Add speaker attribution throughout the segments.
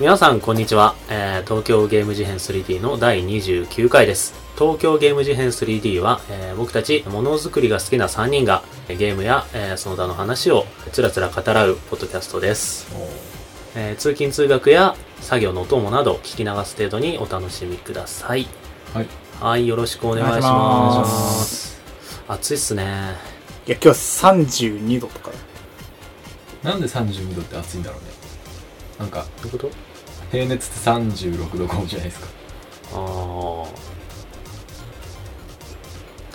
Speaker 1: 皆さんこんにちは、えー東京ゲーム事変 3D の第29回です東京ゲーム事変 3D は、えー僕たちものづくりが好きな3人がえーゲームや、えーその他の話をつらつら語らうポッドキャストです、えー通勤通学や作業のお供など聞き流す程度にお楽しみください
Speaker 2: はい
Speaker 1: はいよろしくお願いし
Speaker 3: お願
Speaker 1: ま
Speaker 3: いします
Speaker 1: 暑いっすね
Speaker 3: いや、今日32度とか。
Speaker 2: なんで32度って暑いんだろうねなんか
Speaker 1: どういうこと
Speaker 2: 平熱って36度5じゃないですか
Speaker 1: あ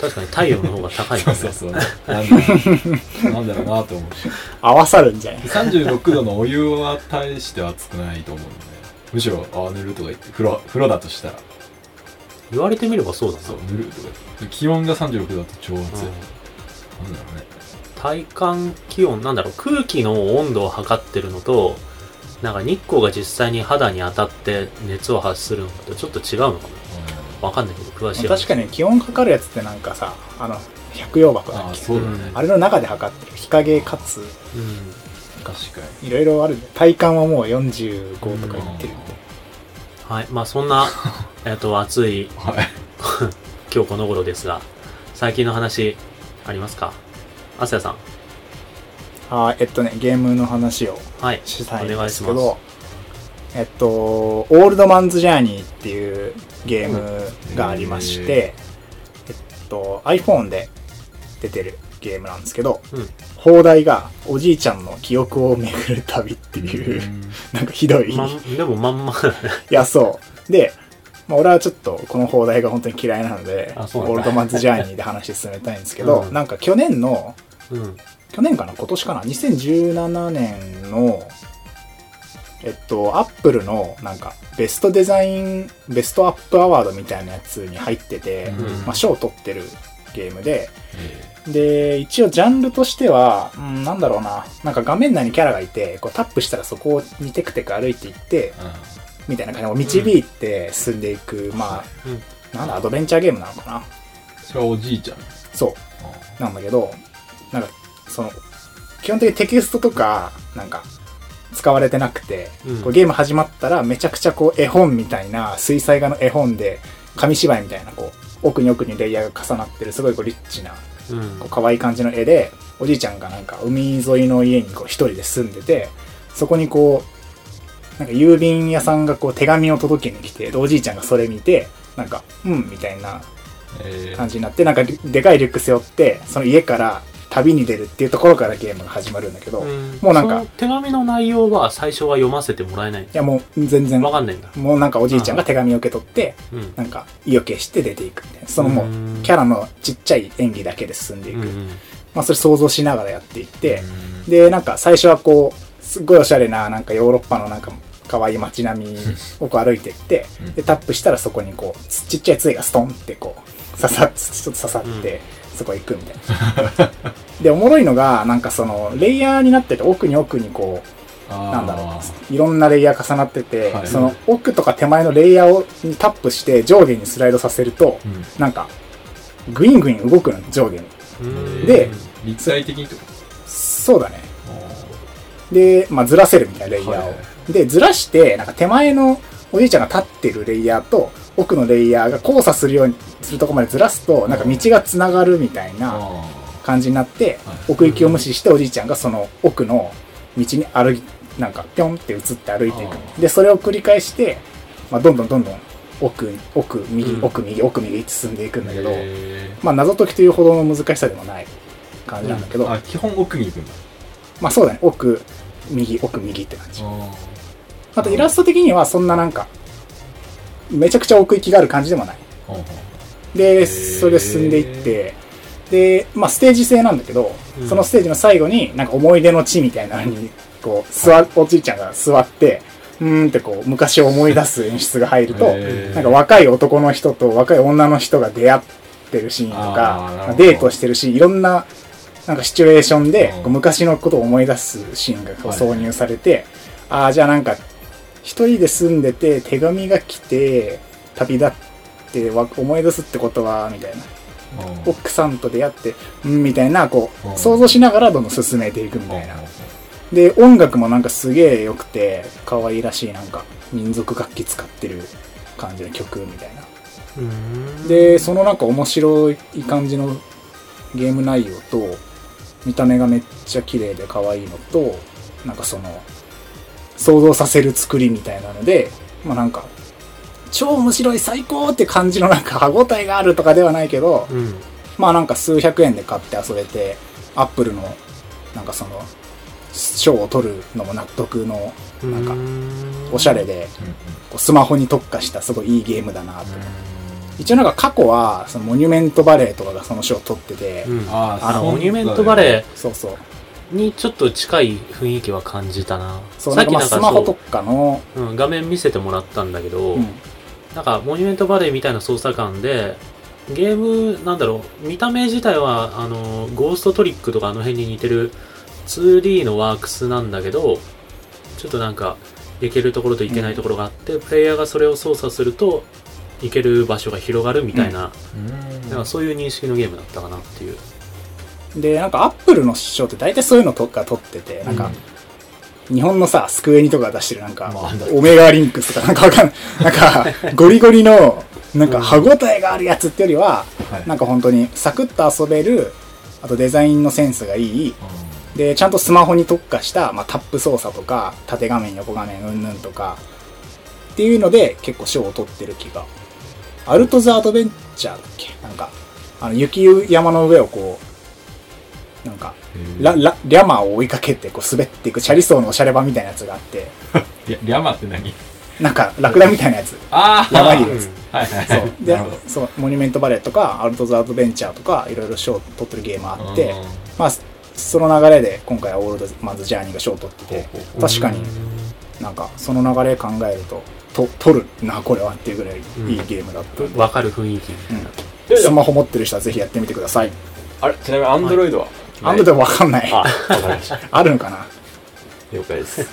Speaker 1: あ確かに体温の方が高 い
Speaker 2: そう
Speaker 1: です
Speaker 2: そう
Speaker 1: ね
Speaker 2: そうなんだろうなんだろうなと思うし
Speaker 3: 合わさるんじゃない
Speaker 2: 36度のお湯は大して熱くないと思うんでむしろああぬるとか言って風呂風呂だとしたら
Speaker 1: 言われてみればそうだな
Speaker 2: そうぬるとか言って気温が36度だと超暑い、
Speaker 1: うん
Speaker 2: なんだろうね
Speaker 1: 体感気温なんだろう空気の温度を測ってるのとなんか日光が実際に肌に当たって熱を発するのとちょっと違うのかなわかんないけど詳しい
Speaker 3: 確かに気温かかるやつってなんかさ、あの、百葉箱
Speaker 2: うんあ
Speaker 3: だ
Speaker 2: あ
Speaker 3: っけ
Speaker 2: そうだね
Speaker 3: あれの中で測ってる。日陰かつ、
Speaker 1: うん
Speaker 2: 確か
Speaker 3: いろいろあるんだよ体感はもう45とかいってるんで。
Speaker 1: はいまあそ んなえっと暑い
Speaker 2: にはい
Speaker 1: 今日この頃ですが最近の話ありますかあすやさん
Speaker 3: あーえっとね、ゲームの話を
Speaker 1: はい
Speaker 3: したいん
Speaker 1: お願い
Speaker 3: です
Speaker 1: し
Speaker 3: け
Speaker 1: ます
Speaker 3: ど、えっと、オールドマンズジャーニーっていうゲームがありまして、えっと、iPhone で出てるゲームなんですけど、
Speaker 1: うん
Speaker 3: 放題がおじいちゃんの記憶を巡る旅っていう、なんかひどい。
Speaker 1: ま
Speaker 3: い
Speaker 1: んでもまん ま
Speaker 3: や、そう。で、まあ、俺はちょっとこの放題が本当に嫌いなので、オ
Speaker 1: あそうなんだ
Speaker 3: ールドマンズジャーニーで話進めたいんですけど、
Speaker 1: うん
Speaker 3: なんか去年の
Speaker 1: うん
Speaker 3: 去年かな今年かな2017年のえっとアップルのなんかベストデザインベストアップアワードみたいなやつに入ってて、
Speaker 2: うん
Speaker 3: まあ、賞を取ってるゲームで
Speaker 2: え
Speaker 3: で一応ジャンルとしては、うん、なんだろうななんか画面内にキャラがいてこうタップしたらそこにテクテク歩いていって
Speaker 2: えうん
Speaker 3: みたいな感じでこう導いて進んでいく、ま
Speaker 1: うん
Speaker 3: あなんだアドベンチャーゲームなのかな
Speaker 2: それはおじいちゃんあ
Speaker 3: そうなんだけど、なんか、その、基本的にテキストとか、なんか、使われてなくて、
Speaker 1: うん
Speaker 3: こうゲーム始まったらめちゃくちゃこう絵本みたいな、水彩画の絵本で、紙芝居みたいな、こう、奥に奥にレイヤーが重なってる、すごいこうリッチな、
Speaker 1: うん
Speaker 3: こう可愛い感じの絵で、おじいちゃんがなんか海沿いの家にこう一人で住んでて、そこにこう、なんか郵便屋さんがこう手紙を届けに来て、でおじいちゃんがそれ見て、なんか、うん、みたいな
Speaker 2: ええ
Speaker 3: 感じになってなんかリでかいリュック背負ってその家から旅に出るっていうところからゲームが始まるんだけど、
Speaker 1: う
Speaker 3: い
Speaker 1: ん
Speaker 3: もうなんか
Speaker 1: その手紙の内容は最初は読ませてもらえない
Speaker 3: やもう全然
Speaker 1: わ
Speaker 3: も
Speaker 1: かんないんだ
Speaker 3: うなんかおじいちゃんが手紙を受け取って
Speaker 1: うん
Speaker 3: なんか意を決して出ていくみたいなそのもうキャラのちっちゃい演技だけで進んでいく、
Speaker 1: うんうん
Speaker 3: まあそれ想像しながらやっていって、
Speaker 2: うん
Speaker 3: でなんか最初はこうすっごいおしゃれななんかヨーロッパのなんか可愛い街並 みをこう歩いてって
Speaker 2: うん
Speaker 3: でタップしたらそこにこうつちっちゃい杖がストンってこう刺さっちょっと刺さって、そこ行くみたいなでおもろいのがなんかそのレイヤーになってて奥に奥にこう
Speaker 2: あー
Speaker 3: なんだろういろんなレイヤー重なってて、
Speaker 2: はい
Speaker 3: その奥とか手前のレイヤーをにタップして上下にスライドさせると
Speaker 2: うん
Speaker 3: なんかグイングイン動くの上下に
Speaker 1: うん
Speaker 3: で
Speaker 2: 立体的にってこと
Speaker 3: そうだね
Speaker 2: あ
Speaker 3: で、まあ、ずらせるみたいなレイヤーを。
Speaker 2: はいは
Speaker 3: で、ずらして、なんか手前のおじいちゃんが立ってるレイヤーと、奥のレイヤーが交差するようにするとこまでずらすと、なんか道がつながるみたい
Speaker 2: ー
Speaker 3: な
Speaker 2: あ
Speaker 3: 感じになって
Speaker 2: はい、
Speaker 3: 奥行きを無視しておじいちゃんがその奥の道に歩い、なんかぴょんって移って歩いてい
Speaker 2: あ
Speaker 3: く。で、それを繰り返して、まあ、どんどんどんどん奥、奥、右
Speaker 1: う、ん
Speaker 3: 奥、右、奥、右って進んでいくんだけど、
Speaker 2: え
Speaker 3: まあ、謎解きというほどの難しさでもない感じなんだけど、
Speaker 2: ーあ基本奥に行くんだ
Speaker 3: まあそうだね、奥、右、奥、右って感じ。
Speaker 2: あ
Speaker 3: あとイラスト的にはそんななんか、めちゃくちゃ奥行きがある感じでもない。
Speaker 2: へ
Speaker 3: で、
Speaker 2: ー
Speaker 3: それで進んでいって、で、まあステージ制なんだけど、
Speaker 1: うん
Speaker 3: そのステージの最後になんか思い出の地みたいなのに、こう、座、おじいちゃんが座って、うーんってこう、昔を思い出す演出が入ると、
Speaker 2: へー
Speaker 3: なんか若い男の人と若い女の人が出会ってるシーンと
Speaker 2: あーな
Speaker 3: か
Speaker 2: る、ほど
Speaker 3: デートしてるし、いろんな、なんかシチュエーションで、
Speaker 2: うん
Speaker 3: こう昔のことを思い出すシーンがこう
Speaker 2: はい
Speaker 3: 挿入されて、ああ、じゃあなんか、一人で住んでて、手紙が来て、旅立って、わ思い出すってことは、みたいな。奥さんと出会って、うん、みたいな、こ
Speaker 2: うん
Speaker 3: う、想像しながらどんどん進めていくみたいな。
Speaker 2: い
Speaker 3: で、音楽もなんかすげえ良くて、可愛らしい、なんか、民族楽器使ってる感じの曲みたいな
Speaker 1: うーん
Speaker 3: でそのなんか面白い感じのゲーム内容と見た目がめっちゃ綺麗で可愛いのとなんかその想像させる作りみたいなのでまあなんか超面白い最高って感じのなんか歯応えがあるとかではないけど
Speaker 1: うん
Speaker 3: まあなんか数百円で買って遊べてアップルのなんかその賞を取るのも納得のなんか
Speaker 1: うーん
Speaker 3: おしゃれで
Speaker 2: うんうん
Speaker 3: こうスマホに特化したすごいいいゲームだな
Speaker 2: う
Speaker 3: と一応なんか過去はそのモニュメントバレーとかがその賞を取ってて、
Speaker 1: うん
Speaker 2: んあ
Speaker 1: あの
Speaker 2: そう
Speaker 1: モニュメントバレ
Speaker 3: そうそう
Speaker 1: ーにちょっと近い雰囲気は感じたな
Speaker 3: そう
Speaker 1: さ
Speaker 3: な
Speaker 1: っ
Speaker 3: ん
Speaker 1: き
Speaker 3: かま
Speaker 1: な
Speaker 3: あ
Speaker 1: んか
Speaker 3: スマホ
Speaker 1: そ
Speaker 3: 特化の、
Speaker 1: う、うん、画面見せてもらったんだけど、
Speaker 3: うん、
Speaker 1: なんかモニュメントバレーみたいな操作感でゲームなんだろう見た目自体はあのゴーストトリックとかあの辺に似てる 2D のワークスなんだけどちょっとなんか行けるところと行けないところがあって、プレイヤーがそれを操作すると行ける場所が広がるみたいな,、
Speaker 2: うん
Speaker 1: なんかそういう認識のゲームだったかなっていう
Speaker 3: でなんかアップルの賞って大体そういうのとか取っててなんか、日本のさスクエニとか出してるなんか、
Speaker 2: まあ
Speaker 3: オメガリンクスとかなんかわか んないなんかゴリゴリのなんか歯応えがあるやつってよりは
Speaker 2: はい
Speaker 3: なんか本当にサクッと遊べるあとデザインのセンスがいいでちゃんとスマホに特化した、まあ、タップ操作とか縦画面横画面うんぬんとかっていうので結構賞を取ってる気がアルト・ザ・アドベンチャーだっけなんかあの雪山の上をこうなんか
Speaker 2: うん
Speaker 3: ララリャマーを追いかけてこう滑っていくチャリ走のおしゃれ版みたいなやつがあって
Speaker 2: リャリャマって何
Speaker 3: なんかラクダみたいなやつ
Speaker 2: ああ
Speaker 3: やばい
Speaker 1: うん
Speaker 3: です
Speaker 2: はいはい
Speaker 3: そ
Speaker 2: は
Speaker 3: う
Speaker 2: い
Speaker 3: で
Speaker 2: なるほど
Speaker 3: そうモニュメント・バレーとかアルト・ザ・アドベンチャーとかいろいろ賞を取ってるゲームあって
Speaker 2: うん
Speaker 3: まあその流れで今回はオールドマンズ・ジャーニーが賞を取ってて
Speaker 2: ほうほうほ
Speaker 3: 確かになんかその流れ考えるとと取るなこれはっていうぐらいい
Speaker 1: ん
Speaker 3: いゲームだった、
Speaker 1: うんわかる雰囲気
Speaker 4: いやい
Speaker 3: ス
Speaker 4: や
Speaker 3: マホ持ってる人はぜひやってみてください
Speaker 4: あれちなみにアンドロイドは、
Speaker 3: あんたでもわかんない
Speaker 4: あ
Speaker 3: あ
Speaker 4: わかりました
Speaker 3: るのかな
Speaker 4: 了解です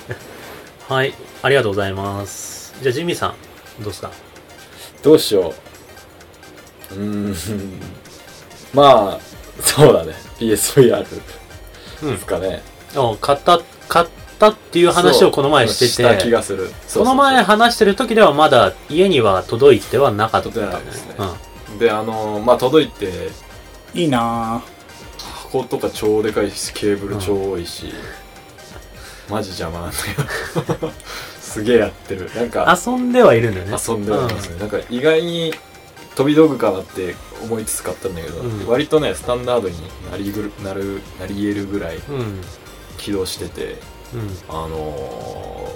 Speaker 1: はいありがとうございますじゃあジミーさんどうですか
Speaker 4: どうしよううーん まあそうだね PSVR
Speaker 1: うん
Speaker 4: ですかね、
Speaker 1: あ買った買ったっていう話をこの前してて
Speaker 4: そうした気がする
Speaker 1: この前話してる時ではまだ家には届いてはなかった
Speaker 4: 届いてないですね
Speaker 1: うん、
Speaker 4: であのーまあ届いて
Speaker 3: いいな
Speaker 4: 箱とか超でかいしケーブル超多いし、マジ邪魔なんだけど すげえやってるなんか
Speaker 1: 遊んではいるんだよね
Speaker 4: 遊んではいますね、なんか意外に飛び道具かなって思いつつ買ったんだけど、
Speaker 1: うん
Speaker 4: 割とねスタンダードになりぐるなるなり得るぐらい
Speaker 1: うんうん
Speaker 4: 起動しててあの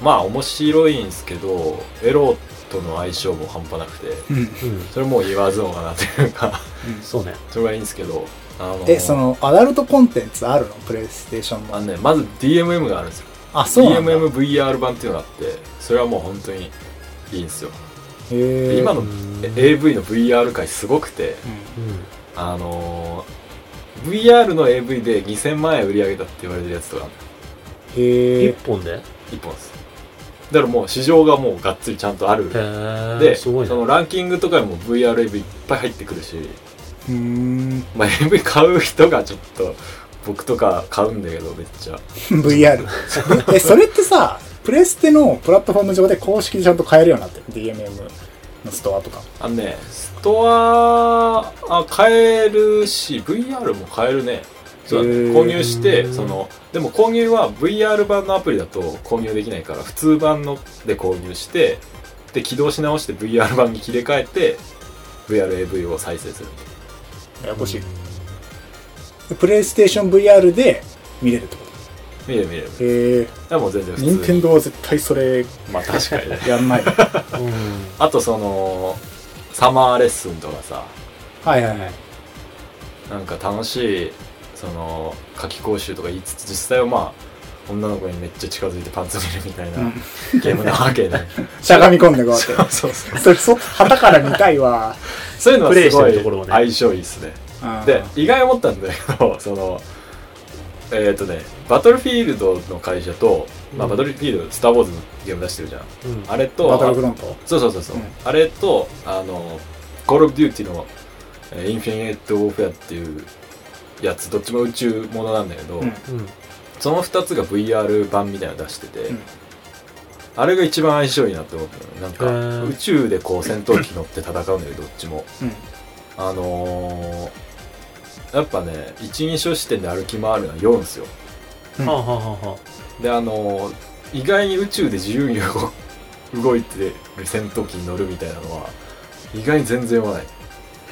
Speaker 4: ーまあ面白いんですけどエロとの相性も半端なくて
Speaker 3: うん、うん
Speaker 1: うん、うん、
Speaker 4: それもう言わずもがなというか
Speaker 1: そうね
Speaker 4: それがいいんですけどあのー
Speaker 3: えそのアダルトコンテンツあるのプレイステーション
Speaker 4: あ
Speaker 3: の
Speaker 4: のねまず DMM があるんですよ
Speaker 3: あそうなんだ
Speaker 4: DMMVR 版っていうのがあってそれはもう本当にいいんですよ
Speaker 3: へえ
Speaker 4: 今のえ AV の VR 界すごくて
Speaker 3: う
Speaker 1: う
Speaker 4: あのー VR の AV で2000万円売り上げたって言われてるやつとか
Speaker 3: ん、
Speaker 1: ん、
Speaker 3: へえ
Speaker 1: 一本でへ
Speaker 4: 1本ですだからもう市場がもうがっつりちゃんとある
Speaker 1: え
Speaker 4: で、
Speaker 1: すごい
Speaker 4: そ
Speaker 1: ね
Speaker 4: のランキングとかにも VRAV いっぱい入ってくるし、
Speaker 3: うーん
Speaker 4: まあ、AV 買う人がちょっと僕とか買うんだけどめっちゃ
Speaker 3: VR えそれってさプレステのプラットフォーム上で公式でちゃんと買えるようになってる DMM のストアとか
Speaker 4: あのねストアあ買えるし VR も買えるねそうだね
Speaker 3: へー
Speaker 4: 購入してそのでも購入は VR 版のアプリだと購入できないから普通版ので購入してで起動し直して VR 版に切り替えて VRAV を再生する
Speaker 3: ややこしいプレイステーション VR で見れるってこ
Speaker 4: 見れる見れる
Speaker 3: とへえ
Speaker 4: でもう全然普通に
Speaker 3: 任天堂は絶対それ
Speaker 4: まあ確かにね
Speaker 3: やん ない
Speaker 1: うん
Speaker 4: あとそのサマーレッスンとかさ
Speaker 3: はいはいはい
Speaker 4: なんか楽しいその夏期講習とか言いつつ実際はまあ女の子にめっちゃ近づいてパンツ見るみたいな、ゲームなわ けで
Speaker 3: しゃがみ込んでこうやっ
Speaker 4: そうそうそう
Speaker 3: てそれそ旗から見たいわ
Speaker 4: そういうのは
Speaker 1: プレイし
Speaker 4: す
Speaker 1: て
Speaker 4: ご
Speaker 1: るところを
Speaker 4: い
Speaker 1: ね
Speaker 4: 相性いいっすね
Speaker 3: うん
Speaker 4: で意外思ったんだけど そのえっ、とねバトルフィールドの会社と、まあ、
Speaker 1: うん
Speaker 4: バトルフィールドスター・ウォーズのゲーム出してるじゃん
Speaker 1: うん
Speaker 4: あれと
Speaker 3: バトルフロント
Speaker 4: そうそうそうそう、
Speaker 3: うん
Speaker 4: あれとあのコール・オブ・デューティのえーインフィニット・ウォーフェアっていうやつどっちも宇宙ものなんだけど、
Speaker 3: うん
Speaker 1: うん
Speaker 4: その2つが VR 版みたいなの出してて、
Speaker 3: うん
Speaker 4: あれが一番相性いいなって思ったのねなん
Speaker 1: へ
Speaker 4: か
Speaker 1: ー
Speaker 4: 宇宙でこう戦闘機乗って戦うんだけどどっちも
Speaker 3: うん
Speaker 4: あのーやっぱね一人称視点で歩き回るのは4ですよ
Speaker 1: はあはあはあは
Speaker 4: であのー意外に宇宙で自由に動動いてる戦闘機に乗るみたいなのは意外に全然合わない
Speaker 1: あ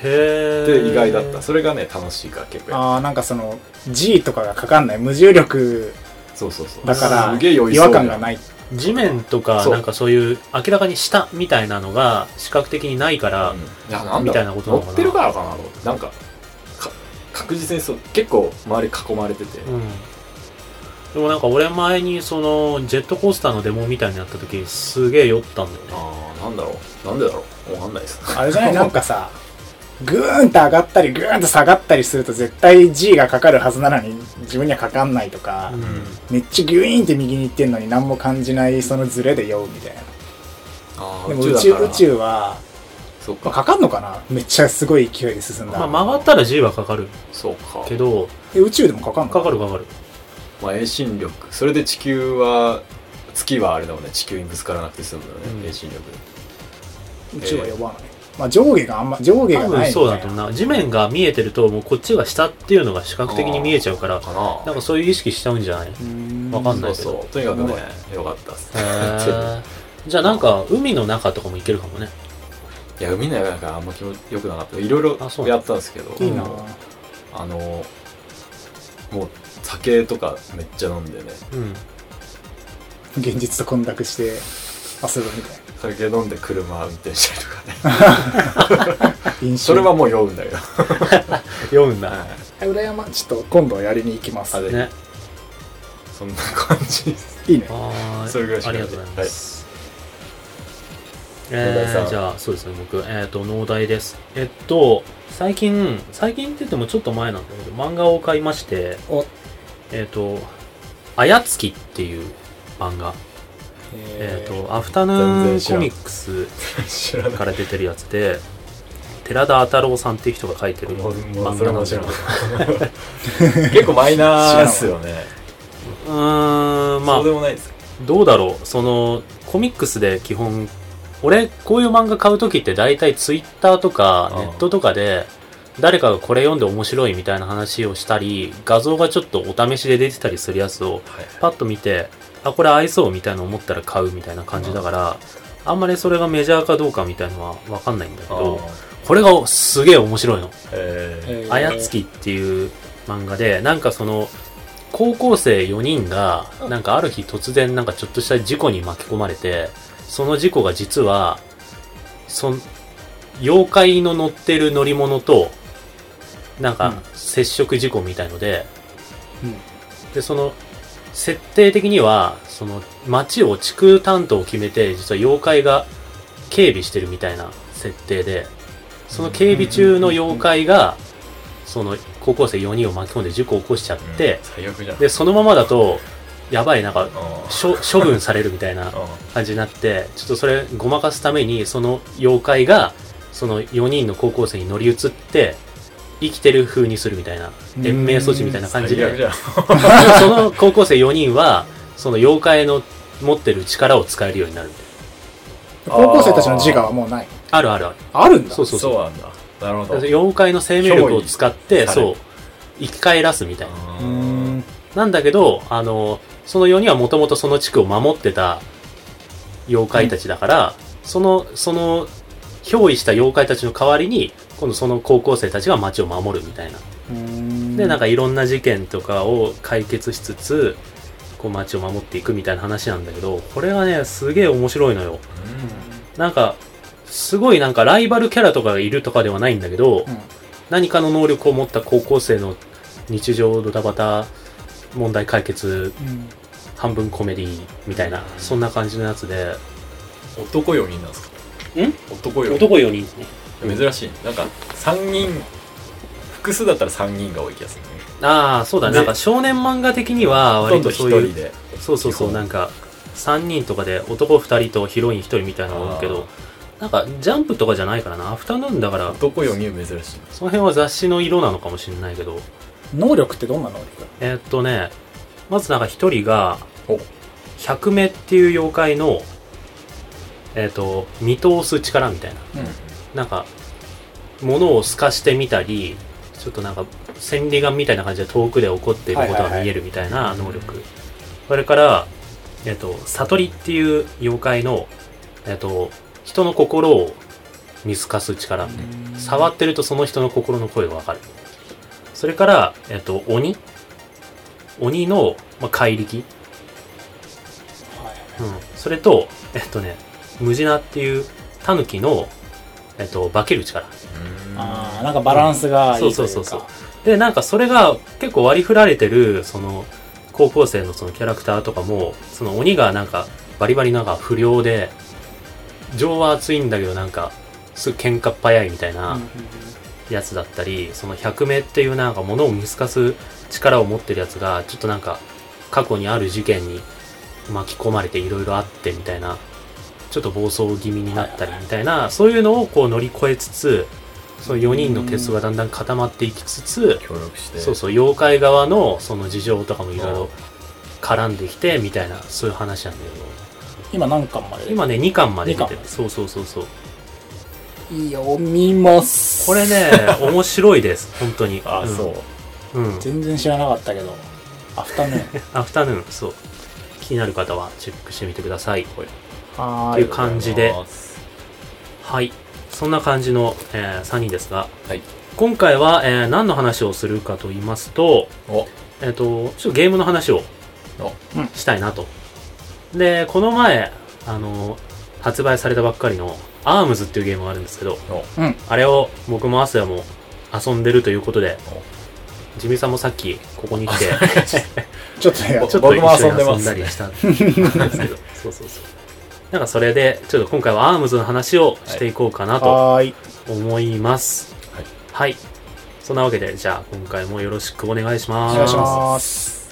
Speaker 1: へえ
Speaker 4: で意外だったそれがね楽しいから結構やっ
Speaker 3: ああなんかその G とかがかかんない無重力
Speaker 4: そうそうそう
Speaker 3: だから
Speaker 4: すげえ
Speaker 3: 違
Speaker 4: 酔いそう
Speaker 3: 和
Speaker 4: じゃん
Speaker 3: 感がない
Speaker 1: 地面とか
Speaker 4: そう
Speaker 1: なんかそういう明らかに下みたいなのが視覚的にないから、
Speaker 4: うんいやなんだろう
Speaker 1: みたいなことなのかな
Speaker 4: 乗ってるからかなと思ってなんかか確実にそう結構周り囲まれてて、
Speaker 1: うんでもなんか俺前にそのジェットコースターのデモみたいにやった時すげえ酔ったんだよね
Speaker 4: ああなんだろうなんでだろうわかんないです
Speaker 3: あれじゃ ないなんかさグーンと上がったりグーンと下がったりすると絶対 G がかかるはずなのに自分にはかかんないとか、めっちゃギュイーンって右に行ってんのに何も感じないそのズレで酔うみたいな
Speaker 4: あ
Speaker 3: でも宇宙宇
Speaker 4: 宇宙
Speaker 3: 宙は、
Speaker 4: そう
Speaker 3: まあ
Speaker 4: か
Speaker 3: かかんのかなめっちゃすごい勢いで進んだ、
Speaker 1: まあ、曲がったら G はかかる
Speaker 4: そうか
Speaker 1: けど
Speaker 3: え宇宙でもかかんの
Speaker 1: かかるかかる
Speaker 4: まあ遠心力それで地球は月はあれだもんね地球にぶつからなくて済むんだよね、
Speaker 1: うん
Speaker 4: 遠心力
Speaker 3: 宇宙は呼ばない、まあ、上下があんま上下
Speaker 1: 多
Speaker 3: がな
Speaker 1: 分
Speaker 3: いみ
Speaker 1: そう
Speaker 3: た
Speaker 1: だ
Speaker 3: い
Speaker 1: と
Speaker 3: な
Speaker 1: 思うな地面が見えてるともうこっちが下っていうのが視覚的に見えちゃうから
Speaker 4: かな
Speaker 1: なんかそういう意識しちゃうんじゃないへ
Speaker 3: うー
Speaker 1: わかんない
Speaker 4: そ
Speaker 1: う
Speaker 4: そうとにかくねよかったっす
Speaker 1: ーじゃあなんか海の中とかも行けるかもね
Speaker 4: いや海の中だからあんま気も良くなかったいろいろ
Speaker 1: あそう
Speaker 4: やったんですけど
Speaker 3: いいな、
Speaker 1: うん
Speaker 4: あのもう酒とかめっちゃ飲んでね
Speaker 1: うん
Speaker 3: 現実と混濁して遊ぶみたい
Speaker 4: 酒飲んで車運転したりとかね
Speaker 3: な印象
Speaker 4: それはもう酔うんだけど
Speaker 1: 酔うんだ
Speaker 3: え裏山ちょっと今度やりに行きます
Speaker 4: あで
Speaker 1: ね
Speaker 4: そんな感じです
Speaker 3: いいね
Speaker 1: あー
Speaker 4: それぐらいしか
Speaker 1: ありがとうございます、え
Speaker 4: 農大さ
Speaker 1: ー、
Speaker 4: ん
Speaker 1: じゃあそうですね僕えっ、と農大ですえっと最近最近って言ってもちょっと前なんだけど漫画を買いまして
Speaker 3: お
Speaker 1: えっ、と「あやつき」っていう漫画えっ、とアフタヌーンコミックス
Speaker 4: 知らない
Speaker 1: から出てるやつで寺田太郎さんっていう人が書いてる
Speaker 4: もう
Speaker 1: 漫
Speaker 4: もうそれ
Speaker 1: 画なん
Speaker 4: も
Speaker 1: で
Speaker 4: 知
Speaker 1: す
Speaker 4: ら
Speaker 1: よ
Speaker 4: なかった結構マイナーっすよね
Speaker 1: うーんまあ
Speaker 4: そうでもないです
Speaker 1: どうだろうそのコミックスで基本俺こういう漫画買う時って大体ツイッターとか
Speaker 4: ああ
Speaker 1: ネットとかで誰かがこれ読んで面白いみたいな話をしたり画像がちょっとお試しで出てたりするやつを
Speaker 4: はい
Speaker 1: パッと見てあこれ合いそうみたいな思ったら買うみたいな感じだからあんまりそれがメジャーかどうかみたいのは分かんないんだけどこれがすげえ面白いの「
Speaker 4: え
Speaker 1: あやつき」っていう漫画でなんかその高校生4人がなんかある日突然なんかちょっとした事故に巻き込まれてその事故が実はそん妖怪の乗ってる乗り物となん
Speaker 3: う
Speaker 1: か
Speaker 3: ん
Speaker 1: 接触事故みたいので、
Speaker 3: うん
Speaker 1: でその設定的にはその町を地区担当を決めて実は妖怪が警備してるみたいな設定でその警備中の妖怪がその高校生4人を巻き込んで事故を起こしちゃっ
Speaker 4: ー
Speaker 1: て
Speaker 4: うん、最悪じゃん
Speaker 1: でそのままだとやばいなんか
Speaker 4: あー
Speaker 1: 処処分されるみたいな
Speaker 4: あ
Speaker 1: 感じになってちょっとそれごまかすためにその妖怪がその4人の高校生に乗り移って生きてる風にするみたいな延命措置みたいな
Speaker 4: ー
Speaker 1: 感じで
Speaker 4: 最悪じゃん
Speaker 1: その高校生4人は、その妖怪の持ってる力を使えるようになるみたい
Speaker 3: 高校生たちの自我はもうな
Speaker 1: な。
Speaker 3: い
Speaker 1: あるあるある。
Speaker 3: あるんだ
Speaker 1: そうそう
Speaker 4: そう
Speaker 1: そ
Speaker 4: なんだなるほ
Speaker 1: う。
Speaker 4: ど
Speaker 1: 妖怪の生命力を使って、
Speaker 4: 憑依され
Speaker 1: そう
Speaker 4: る、
Speaker 1: 生き返らすみたいな。
Speaker 4: あ
Speaker 3: うー
Speaker 4: ー
Speaker 3: ん
Speaker 1: なんだけど、あの、その4人はもともとその地区を守ってた妖怪たちだから、その、その、憑依した妖怪たちの代わりに、今度その高校生たちが街を守るみたいな。
Speaker 3: うーん
Speaker 1: でなんかいろんな事件とかを解決しつつこう街を守っていくみたいな話なんだけどこれがねすげえ面白いのよなんかすごいなんかライバルキャラとかがいるとかではないんだけど、
Speaker 3: うん
Speaker 1: 何かの能力を持った高校生の日常ドタバタ問題解決
Speaker 3: うん
Speaker 1: 半分コメディみたいなそんな感じのやつで
Speaker 4: うん男4人なんですか
Speaker 1: ん
Speaker 4: 男4人
Speaker 1: 男4人ね
Speaker 4: 珍しいねなんか3人複数だったら3人が多い気がするね
Speaker 1: ああそうだね
Speaker 4: で
Speaker 1: なんか少年漫画的には
Speaker 4: ほと
Speaker 1: 割
Speaker 4: んど
Speaker 1: と
Speaker 4: 1
Speaker 1: そういう
Speaker 4: 人で
Speaker 1: そうそうそ
Speaker 4: 基
Speaker 1: う
Speaker 4: 本
Speaker 1: なんか3人とかで男2人とヒロイン1人みたいなのが多いけどなんかジャンプとかじゃないからなアフタヌーンだから
Speaker 4: 男4人は珍しいね
Speaker 1: その辺は雑誌の色なのかもしれないけど
Speaker 3: 能力ってどんな能力
Speaker 1: えーっとねまずなんか1人が
Speaker 4: お
Speaker 1: 百目っていう妖怪のえっ、と、見通す力みたいな。
Speaker 3: うん
Speaker 1: なんか、物を透かしてみたり、ちょっとなんか、千里眼みたいな感じで遠くで起こっていること
Speaker 3: はいはい
Speaker 1: が
Speaker 3: はい
Speaker 1: 見えるみたいな能力。それから、えっ、と、悟りっていう妖怪の、えっ、と、人の心を見透かす力。触ってるとその人の心の声がわかる。それから、えっ、と、鬼鬼の、まあ、怪力。うん、それと、えっとね、ムジナっていうタヌキの、えっと、化ける力。
Speaker 3: ああなんかバランスがいいというか、
Speaker 1: そうそうそうそうで、なんかそれが結構割り振られてる、その、高校生のそのキャラクターとかも、その鬼がなんかバリバリなんか不良で、情は熱いんだけどなんか、すぐ喧嘩っ早いみたいな
Speaker 3: うんうん
Speaker 1: やつだったり、その百名っていうなんか物を見透かす力を持ってるやつが、ちょっとなんか過去にある事件に巻き込まれていろいろあってみたいな、ちょっと暴走気味になったりみたいな、そういうのをこう乗り越えつつ、その4人の結束がだんだん固まっていきつつ、
Speaker 4: 協力して
Speaker 1: そうそう、妖怪側のその事情とかもいろいろ絡んできてみたいな、そういう話なんだけ
Speaker 3: 今何巻まで
Speaker 1: ど、今ね、2巻まで出て
Speaker 3: 二
Speaker 1: る。そうそうそうそう。
Speaker 3: 読みます
Speaker 1: これね、面白いです、本当に。
Speaker 4: あ
Speaker 1: うん
Speaker 4: そう、
Speaker 1: うん。
Speaker 3: 全然知らなかったけどアフタヌーン
Speaker 1: アフタヌーン、そう。気になる方はチェックしてみてください。
Speaker 3: は
Speaker 1: と
Speaker 3: ー
Speaker 1: い
Speaker 3: いう
Speaker 1: 感じで
Speaker 4: ありがとうございます
Speaker 1: はい。そんな感じの、え3人ですが、
Speaker 4: はい
Speaker 1: 今回は、えー何の話をするかと言いますと、
Speaker 4: お
Speaker 1: えっ、と、ちょっとゲームの話を
Speaker 4: お
Speaker 1: したいなと。で、この前、あの、発売されたばっかりの、アームズっていうゲームがあるんですけど、
Speaker 4: お
Speaker 3: うん
Speaker 1: あれを僕もアスヤも遊んでるということで、ジミさんもさっきここに来て、
Speaker 3: ちょっとね
Speaker 1: ちょっと一緒
Speaker 4: 僕も遊んで
Speaker 1: に
Speaker 4: ま
Speaker 1: 遊
Speaker 4: す
Speaker 1: んだりしたんですけど、そうそうそう。なんかそれで、ちょっと今回はアームズの話をしていこうかなと
Speaker 3: はーい
Speaker 1: 思います。
Speaker 4: はい。
Speaker 1: はい。そんなわけで、じゃあ今回もよろしくお願いし
Speaker 3: お
Speaker 1: ます。
Speaker 3: 願いします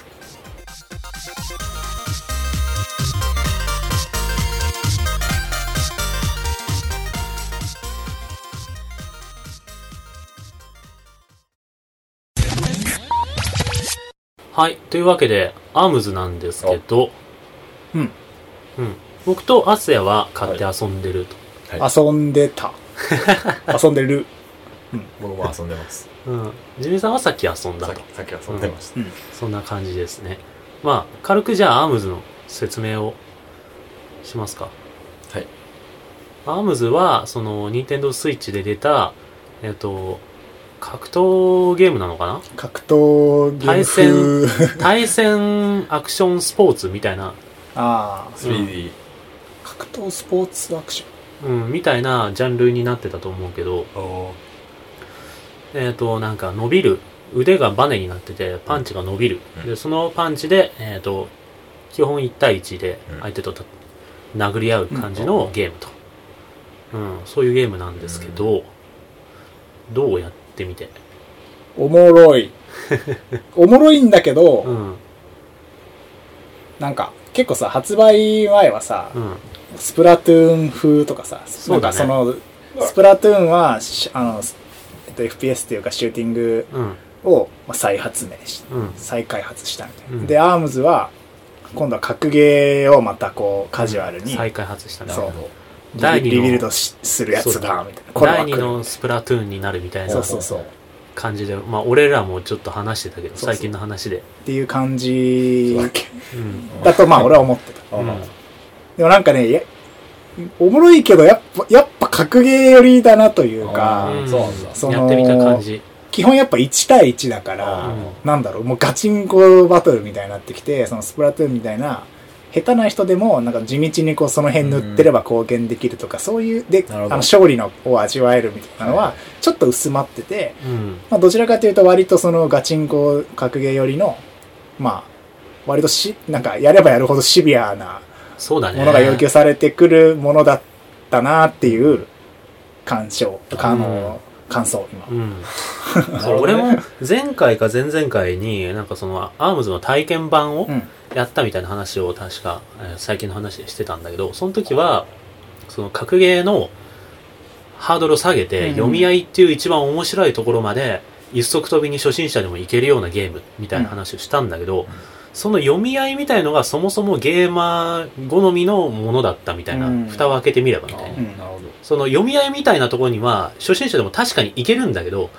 Speaker 1: はい。というわけで、アームズなんですけど、
Speaker 3: うん。
Speaker 1: うん。僕とアスヤは買って遊んでると。
Speaker 3: 遊んでた遊んでる
Speaker 4: 僕も遊ん でます
Speaker 1: うん。ジミさんはさっき遊んだ
Speaker 4: さっ
Speaker 1: と。
Speaker 4: きさっき遊んでました、
Speaker 1: そんな感じですね。まあ、軽くじゃあアームズの説明をしますか。
Speaker 4: はい。
Speaker 1: アームズは、その、ニンテンドースイッチで出た、えっと、格闘ゲームなのか な
Speaker 3: 格闘ゲーム風
Speaker 1: 対戦アクションスポーツみたいな、
Speaker 3: ああ
Speaker 4: 3D、
Speaker 3: 格闘スポーツアクション
Speaker 1: うん、みたいなジャンルになってたと思うけど、
Speaker 4: お
Speaker 1: えっ、と、なんか伸びる。腕がバネになってて、パンチが伸びる。
Speaker 4: うん
Speaker 1: で、そのパンチで、えっ、と、基本1対1で
Speaker 4: うん
Speaker 1: 相手とた殴り合う感じのゲームと。うん、そういうゲームなんですけど、どうやってみて。
Speaker 3: おも ろいおもろいんだけど、
Speaker 1: うん、
Speaker 3: なんか結構さ発売前はさ、
Speaker 1: うん、
Speaker 3: スプラトゥーン風とかさ、
Speaker 1: そ
Speaker 3: なん
Speaker 1: うだ
Speaker 3: か
Speaker 1: ね
Speaker 3: その、スプラトゥーンは、しあの、えっと、FPS っていうかシューティング
Speaker 1: うん、
Speaker 3: をまあ再発明し、
Speaker 1: うん、
Speaker 3: 再開発したみたいな。
Speaker 1: うん
Speaker 3: で、アームズは、今度は格ゲーをまたこう、カジュアルに、
Speaker 1: 再開発したね
Speaker 3: そうリ
Speaker 1: 第二の
Speaker 3: リビルドしするやつ
Speaker 1: そう
Speaker 3: だ、
Speaker 1: だ
Speaker 3: みたいな。これは
Speaker 1: 第
Speaker 3: 来る
Speaker 1: 2のスプラトゥーンになるみたい
Speaker 3: そ
Speaker 1: な
Speaker 3: うそうそう。っ
Speaker 1: 感じで、まあ、俺らもちょっと話してたけど、
Speaker 3: そうそう
Speaker 1: 最近の話で。
Speaker 3: ていう感じ
Speaker 1: うん、
Speaker 3: だと、まあ俺は思ってた。
Speaker 1: うん
Speaker 3: でもなんかね、やおもろいけど、やっぱ、やっぱ格ゲー寄りだなというか、
Speaker 1: うん
Speaker 4: そうなんだ
Speaker 3: その
Speaker 1: やってみた感じ。
Speaker 3: 基本やっぱ1対1だから、
Speaker 1: うん
Speaker 3: なんだろう、もうガチンコバトルみたいになってきて、そのスプラトゥーンみたいな、下手な人でも、なんか地道にこうその辺塗ってれば貢献できるとか、そういう、で、
Speaker 4: な
Speaker 3: あ
Speaker 4: るほ
Speaker 3: の、
Speaker 4: ど
Speaker 3: 勝利のを味わえるみたいなのは、ちょっと薄まってて、
Speaker 1: うん、
Speaker 3: まあどちらかというと割とそのガチンコ格ゲー寄りの、まあ、割とし、なんかやればやるほどシビアな
Speaker 1: そうだね。
Speaker 3: ものが要求されてくるものだったなっていう感想、あの、感想、今。
Speaker 1: うん。
Speaker 4: なるほど
Speaker 1: 俺
Speaker 4: ね
Speaker 1: も前回か前々回になんかそのアームズの体験版を
Speaker 3: うん
Speaker 1: やったみたいな話を確かえー最近の話でしてたんだけどその時はその格ゲーのハードルを下げ
Speaker 3: うん
Speaker 1: て読み合いっていう一番面白いところまで一足飛びに初心者でもいけるようなゲームみたいな話をしたんだけどその読み合いみたいのがそもそもゲーマー好みのものだったみたいな、
Speaker 3: うん
Speaker 1: 蓋を開けてみればみたいな、
Speaker 3: うん
Speaker 4: なるほど
Speaker 1: その読み合いみたいなところには初心者でも確かにいけるんだけど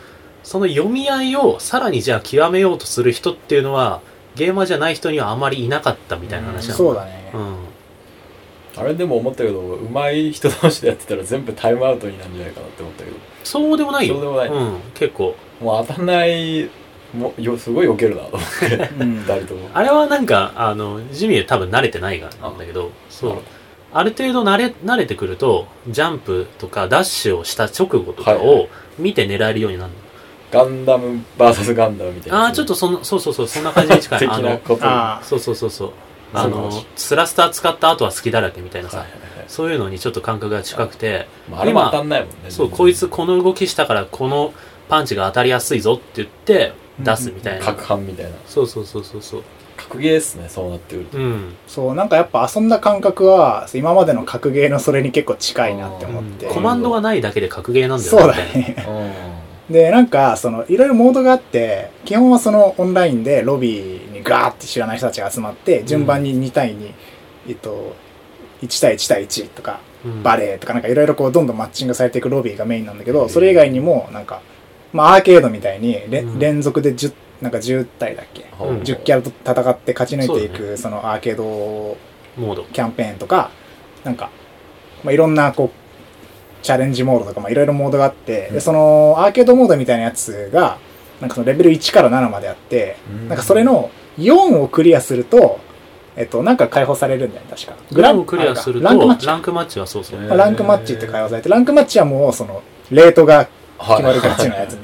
Speaker 1: その読み合いをさらにじゃあ極めようとする人っていうのはゲーマーじゃない人にはあまりいなかったみたいな話なん
Speaker 3: そうだね
Speaker 1: う。ん
Speaker 4: あれでも思ったけど上手い人同士でやってたら全部タイムアウトになるんじゃないかなって思ったけど
Speaker 1: そうでもないよ。
Speaker 4: そうでもない
Speaker 1: ん、結構。
Speaker 4: もう当たんないもよすごい避けるなと思 って
Speaker 3: うん
Speaker 4: 2人とも
Speaker 1: あれはなんか、あの、ジミー多分慣れてないからなんだけど、そう。ある程度慣れ、慣れてくると、ジャンプとかダッシュをした直後とか
Speaker 4: はいは
Speaker 1: を見て狙えるようになるの。
Speaker 4: ガンダム VS ガンダムみたいな
Speaker 1: ああー、ちょっとその、そうそうそう、そんな感じに 近い。
Speaker 4: 的
Speaker 1: あ
Speaker 4: な
Speaker 1: の、
Speaker 4: こと
Speaker 3: ああ、
Speaker 1: そうそうそうそう。あの
Speaker 4: そう、
Speaker 1: スラスター使った後は隙だらけみたいな
Speaker 4: はい
Speaker 1: さ、
Speaker 4: はいはい
Speaker 1: そういうのにちょっと感覚が近くて、
Speaker 4: まあ、あれも当たんないもんね
Speaker 1: そう、こいつこの動きしたからこのパンチが当たりやすいぞって言って出すみたいな。
Speaker 4: 各班みたいな
Speaker 1: そうそうそうそうそう。
Speaker 4: 格ゲーっすねそうなってくると
Speaker 1: うん。
Speaker 3: そう、なんかやっぱ遊んだ感覚は、今までの格ゲーのそれに結構近いなって思って。
Speaker 1: コマンドがないだけで格ゲーなんだよ
Speaker 3: そうだ。ね。で、なんか、その、いろいろモードがあって、基本はそのオンラインでロビーにガーって知らない人たちが集まって、順番に2対2、えっと、1対1対1とか、
Speaker 1: うん
Speaker 3: バレーとかなんかいろいろこうどんどんマッチングされていくロビーがメインなんだけど、それ以外にもなんか、まあアーケードみたいにれ、
Speaker 1: うん
Speaker 3: 連続で10、なんか10体だっけ
Speaker 1: うん
Speaker 3: 10キャラと戦って勝ち抜いてい
Speaker 1: そうだ
Speaker 3: くそのアーケード
Speaker 1: モード。
Speaker 3: キャンペーンとか、なんか、まあ、いろんなこう、チャレンジモードとか、まあ、いろいろモードがあって、
Speaker 4: うん
Speaker 3: で、そのアーケードモードみたいなやつが、なんかそのレベル1から7まであって、なんかそれの4をクリアすると、えっと、なんか解放されるんだよね、確か。
Speaker 1: グラムをクリアすると、
Speaker 3: あ
Speaker 1: ラ
Speaker 3: れかラン
Speaker 1: ン
Speaker 3: ク
Speaker 1: ク
Speaker 3: マ
Speaker 1: マ
Speaker 3: ッ
Speaker 1: ッ
Speaker 3: チ
Speaker 1: チ
Speaker 3: か
Speaker 1: はそうそう。
Speaker 4: へ
Speaker 3: まあランクマッチって解放されて、ランクマッチはもうその、レートが決まるからら、ちのやつ。
Speaker 1: うん。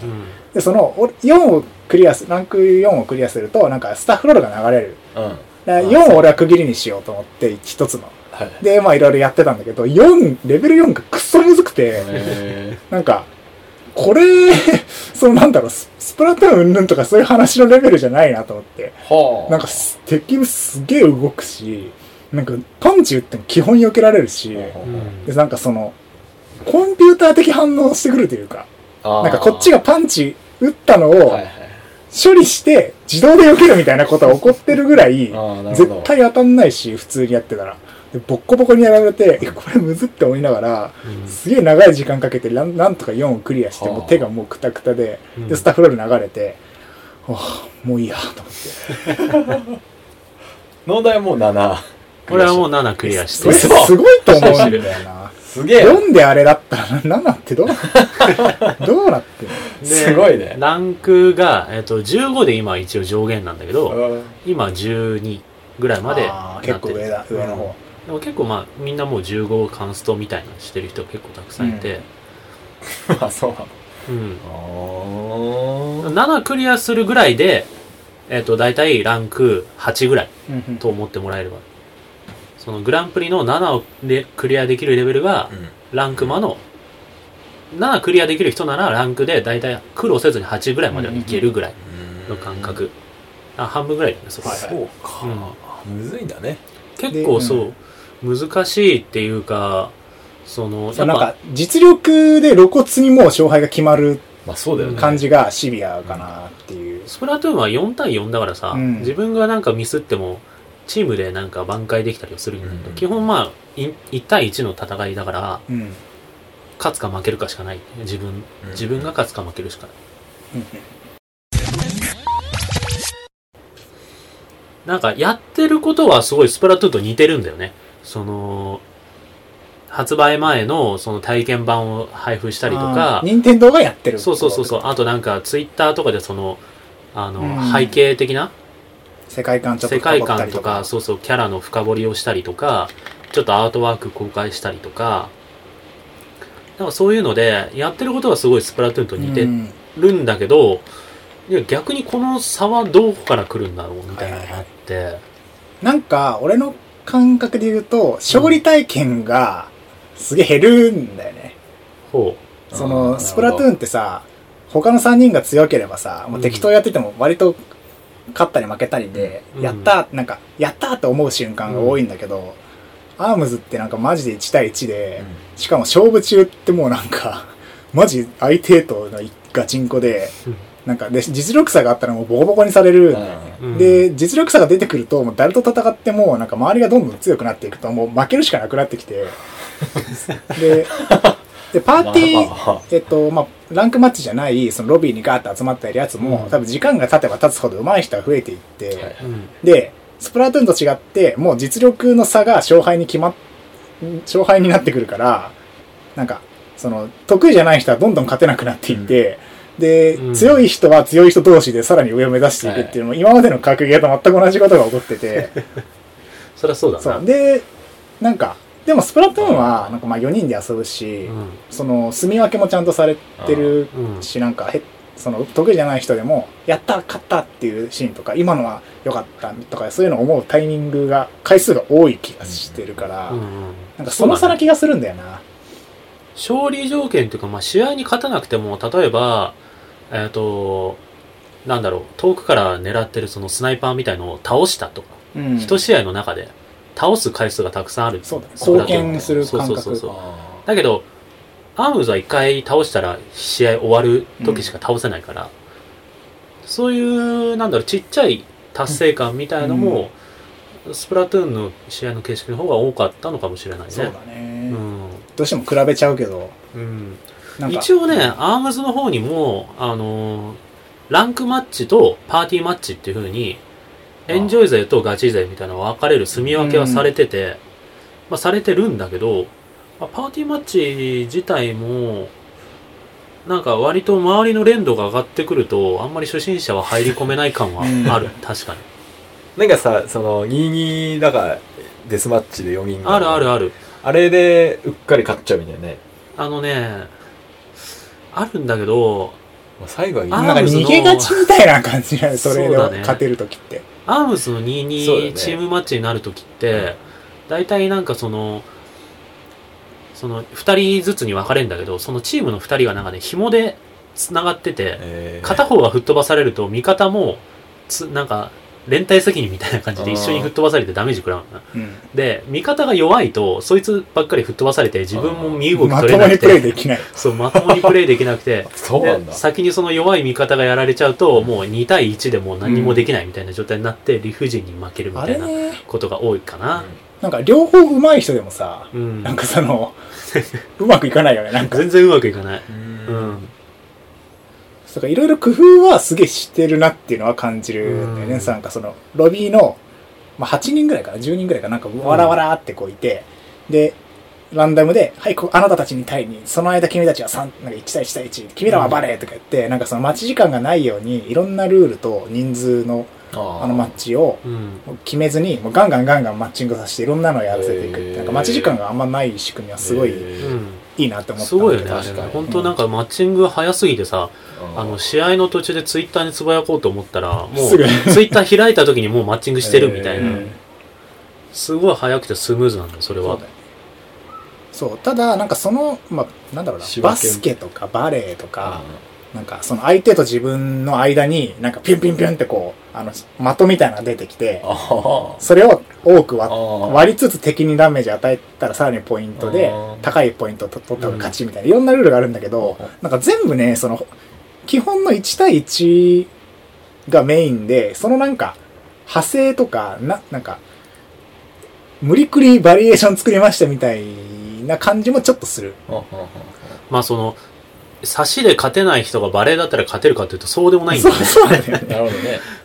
Speaker 3: で、その、お4をクリアす、ランク4をクリアすると、なんかスタッフロールが流れる。
Speaker 4: うんはい
Speaker 3: だから
Speaker 4: あ
Speaker 3: 4を俺は区切りにしようと思って、一つの。で、まあいろいろやってたんだけど、4、レベル4がくっそむずくて、
Speaker 4: え
Speaker 3: なんか、これ、 そのなんだろう、ススプラトゥーンうんぬんとかそういう話のレベルじゃないなと思って、
Speaker 4: ーはあ
Speaker 3: なんかす敵もすげえ動くし、なんかパンチ打っても基本避けられるし、で、
Speaker 1: うん
Speaker 3: なんかその、コンピューター的反応してくるというか、なんかこっち
Speaker 4: が
Speaker 3: がパンチ打ったのを
Speaker 4: はいはい
Speaker 3: 処理して自動で避けるみたいなことが起こってるぐらい、
Speaker 4: ああなるほど
Speaker 3: 絶対当たんないし、普通にやってたら。で、ボッコボコにやられて、え、これむずって思いながら、すげえ長い時間かけて、なんなんとか4をクリアして、
Speaker 4: はあ
Speaker 3: もう手がもうクタクタで、
Speaker 1: うん
Speaker 3: で、スタッフロール流れて、はあ、もういいや、と思って。
Speaker 4: 農大もう7
Speaker 1: これはもう7クリアし
Speaker 3: そ
Speaker 1: て
Speaker 3: れ。す
Speaker 4: 嘘
Speaker 3: ごいと思うんだよな。
Speaker 4: すげえ
Speaker 3: 4であれだったら、7ってどう なって、どうなってんの
Speaker 4: すごいね
Speaker 1: ランクが、えっと、15で今一応上限なんだけど、
Speaker 4: うん
Speaker 1: 今12ぐらいまで
Speaker 3: あ
Speaker 1: なっ
Speaker 3: ー
Speaker 1: てる
Speaker 3: 結構上だ、上の方。
Speaker 1: でも結構まあ、みんなもう15カンストみたいなのしてる人結構たくさんいて、
Speaker 4: あそうな
Speaker 1: うん。
Speaker 4: のあ
Speaker 1: 7クリアするぐらいで、えっと、大体ランク8ぐらい。
Speaker 3: うんうん
Speaker 1: と思ってもらえればそのグランプリの7をでクリアできるレベルが
Speaker 4: あうん
Speaker 1: ランクマの7クリアできる人ならランクで大体苦労せずに8ぐらいまではいけるぐらいの感覚あ半分ぐらいだねそこは
Speaker 4: そうか、むずいんだね
Speaker 1: 結構そう難しいっていうかその
Speaker 3: そ
Speaker 1: や
Speaker 3: う
Speaker 1: っ
Speaker 3: なん
Speaker 1: ぱ
Speaker 3: か、実力で露骨にもう勝敗が決まる
Speaker 4: まあそうだよね
Speaker 3: 感じがシビアかなっていう。
Speaker 1: スプラトゥーンは4対4だからさ
Speaker 3: うん
Speaker 1: 自分がなんかミスってもチームでなんか挽回できたりはするんだけ
Speaker 4: う
Speaker 1: ど
Speaker 4: ん
Speaker 1: 基本まあい1対1の戦いだから
Speaker 3: うん。うん
Speaker 1: 勝つか負けるかしかない自分
Speaker 4: うん
Speaker 1: 自分が勝つか負けるしかないなんかやってることはすごいスプラトゥーンと似てるんだよねその発売前のその体験版を配布したりと
Speaker 3: あ
Speaker 1: か
Speaker 3: ー任天堂がやってる。
Speaker 1: そうそうそうそう。あとなんかツイッターとかでそのあの、
Speaker 3: うん
Speaker 1: 背景的な
Speaker 3: 世界観ちょっと
Speaker 1: 世界観とか
Speaker 3: 深掘っ
Speaker 1: そうそうキャラの深掘りをしたりとかちょっとアートワーク公開したりとかなんかそういうのでやってることはすごいスプラトゥーンと
Speaker 3: たりとか
Speaker 1: 似て
Speaker 3: うん
Speaker 1: るんだけど、いや逆にこの差はどこから来るんだろうみたいなのがあって、
Speaker 3: なんか、俺の感覚で言うと、勝利体験がすげえ減るんだよね。
Speaker 1: ほ
Speaker 3: その、スプラトゥ
Speaker 4: ン
Speaker 3: ーンってさ、他の3人が強ければさ、もう適当やってても割と勝ったり負けたりで、
Speaker 1: うん
Speaker 3: やったーなんか、やったーって思う瞬間が多いんだけど、アームズってなんかマジで1対1で、し かも勝負中ってもうなんか、マジ相手とのガチンコで、
Speaker 1: うん
Speaker 3: なんかで実力差があったらもうボコボコにされるんだよね、
Speaker 1: うん
Speaker 3: で実力差が出てくるともう誰と戦ってもなんか周りがどんどん強くなっていくともう負けるしかなくなって きてででパーティー、
Speaker 4: まあまあ
Speaker 3: えっとまあ、ランクマッチじゃないそのロビーにガーッと集まってるやつも、
Speaker 1: うん
Speaker 3: 多分時間が経てば経つほど上手い人は増えていって、
Speaker 4: はい
Speaker 1: うん。
Speaker 3: でスプラトゥーンと違ってもう実力の差が勝敗に決まっ勝敗になってくるからなんかその得意じゃない人はどんどん勝てなくなっていって、で、
Speaker 1: うん
Speaker 3: 強い人は強い人同士でさらに上を目指していくっていうのも、今までの格ゲーと全く同じことが起こってて
Speaker 1: そりゃ そうだ
Speaker 3: そ
Speaker 1: な。
Speaker 3: うでなんかでもスプラトゥーンはなんかまあ4人で遊ぶし、
Speaker 1: うん。
Speaker 3: その住み分けもちゃんとされてる
Speaker 1: うん。
Speaker 3: しなんかへその得意じゃない人でも「やった勝った!」っていうシーンとか今のは良かったとかそういうのを思うタイミングが回数が多い気がしてるから、
Speaker 1: うん
Speaker 3: なんかその差な気がするんだよな。
Speaker 1: 勝利条件というか、まあ、試合に勝たなくても、例えば、えっ、と、なんだろう、遠くから狙ってるそのスナイパーみたいのを倒したとか、
Speaker 3: うん
Speaker 1: 一、試合の中で倒す回数がたくさんある。
Speaker 3: そうだね
Speaker 1: スプラトゥーン
Speaker 3: 貢献する感
Speaker 1: そ
Speaker 3: 覚
Speaker 1: うそうそうそう。
Speaker 4: あ
Speaker 1: だけど、アームズは一回倒したら試合終わる時しか倒せないから、そういう、なんだろう、ちっちゃい達成感みたいのも、スプラトゥーンの試合の形式の方が多かったのかもしれないね。
Speaker 3: そうだね、
Speaker 1: うん。
Speaker 3: どうしても比べちゃうけど
Speaker 1: うん。
Speaker 3: なんか
Speaker 1: 一応ね、アームズの方にも、あのーランクマッチとパーティーマッチっていう風に、
Speaker 4: あ
Speaker 1: エンジョイ勢とガチ勢みたいなのが分かれる住み分けはされてて、まあされてるんだけど、まあパーティーマッチ自体も、なんか割と周りの連度が上がってくると、あんまり初心者は入り込めない感はある。確かに。
Speaker 4: なんかさその22だからデスマッチで4人が
Speaker 1: あるあるある。
Speaker 4: あれでうっかり勝っちゃうみたいなね
Speaker 1: あのね、あるんだけど、
Speaker 4: まあ最後は
Speaker 1: あ
Speaker 3: なんか逃げがちみたいな感じがそれ
Speaker 1: そう
Speaker 3: で
Speaker 1: だね
Speaker 3: 勝てる時って。
Speaker 1: アームズの
Speaker 4: そうだよ
Speaker 1: 22
Speaker 4: ね
Speaker 1: チームマッチになるときっ
Speaker 4: うん
Speaker 1: て、大体なんかその、その2人ずつに分かれるんだけど、そのチームの2人がなんかね、紐で繋がってて、
Speaker 4: えー
Speaker 1: 片方が吹っ飛ばされると、味方もつ、なんか、連帯責任みたいな感じで一緒に吹っ飛ばされてダメージ食らうのな。
Speaker 3: うん
Speaker 1: で、味方が弱いと、そいつばっかり吹っ飛ばされて、自分も身動き
Speaker 3: ま
Speaker 1: 取
Speaker 3: と
Speaker 1: れな
Speaker 3: も
Speaker 1: く
Speaker 3: にプレイ
Speaker 1: て、
Speaker 3: できない。
Speaker 1: そう、まともにプレイできなくて、
Speaker 4: そうなんだ
Speaker 1: で先にその弱い味方がやられちゃうともう2対1でもう何もできないみたいな状態になって理不尽に負けるみ
Speaker 3: あ
Speaker 1: た
Speaker 3: れ
Speaker 1: いな
Speaker 3: ね、
Speaker 1: ことが多いかな、
Speaker 3: なんか両方上手い人でもさ、
Speaker 1: うん
Speaker 3: なんか その、うまくいかないよね。なんか、
Speaker 1: 全然うまくいかない、う
Speaker 4: う
Speaker 1: んん、
Speaker 3: そうかいろいろ工夫はすげえしてるなっていうのは感じるんだよね。
Speaker 1: うん
Speaker 3: なんかその、ロビーの、まあ、8人ぐらいかな、10人ぐらいかな、なんかわらわらってこういて、で、ランダムで、はい、こあなたたちに対に、その間君たちは3、なんか1対1対1、君らはバレーとか言って、なんかその待ち時間がないように、いろんなルールと人数の
Speaker 4: あ
Speaker 3: あのマッチを
Speaker 1: うん
Speaker 3: もう決めずに、もうガンガンガンガンマッチングさせて、いろんなのをやらせていくって、
Speaker 4: へー
Speaker 3: なんか待ち時間があんまない仕組みはすごいいいなって思ったんだけど。
Speaker 1: すごいよねあれ
Speaker 4: 確
Speaker 1: ね
Speaker 4: かに
Speaker 1: 本当なんかマッチングが早すぎてさあの試合の途中でツイッターにつぶやこうと思ったらも
Speaker 3: す
Speaker 1: う
Speaker 3: ぐ
Speaker 1: ツイッター開いた時にもうマッチングしてるみたいな、
Speaker 4: へー
Speaker 3: うん
Speaker 1: すごい早くてスムーズなんだよそれ
Speaker 3: そ
Speaker 1: は
Speaker 3: うだよねそうただなんかその、まあ、なんだろうな
Speaker 4: 仕分け
Speaker 3: バスケとかバレーとか、なんかその相手と自分の間になんかピュンピュンピュンってこうあの的みたいなのが出てきて
Speaker 4: ああ
Speaker 3: それを多く割
Speaker 4: あ
Speaker 3: 割りつつ敵にダメージ与えたらさらにポイントで
Speaker 4: あー
Speaker 3: 高いポイントを取取ったら勝ちみたいないろんなルールがあるんだけどなんか全部ねその基本の1対1がメインでそのなんか派生とかななんか無理くりバリエーション作りましたみたいな感じもちょっとする
Speaker 1: まあその差しで勝てない人がバレーだったら勝てるかっていうとそうでもないんだ
Speaker 3: そう
Speaker 1: よね
Speaker 3: そうなんだよね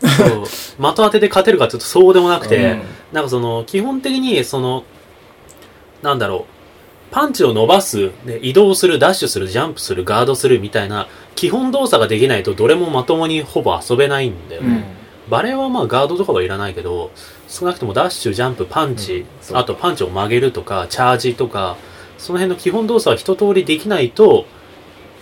Speaker 4: なるほど
Speaker 1: そ
Speaker 4: ね
Speaker 1: う的当てで勝てるかっていうとそうでもなくて、
Speaker 4: うん
Speaker 1: なんかその基本的にそのなんだろうパンチを伸ばすで移動するダッシュするジャンプするガードするみたいな基本動作ができないとどれもまともにほぼ遊べないんだよね、
Speaker 3: うん
Speaker 1: バレーはまあガードとかはいらないけど少なくともダッシュジャンプパン
Speaker 4: う
Speaker 1: チ
Speaker 4: ん、そう
Speaker 1: あとパンチを曲げるとかチャージとかその辺の基本動作は一通りできないと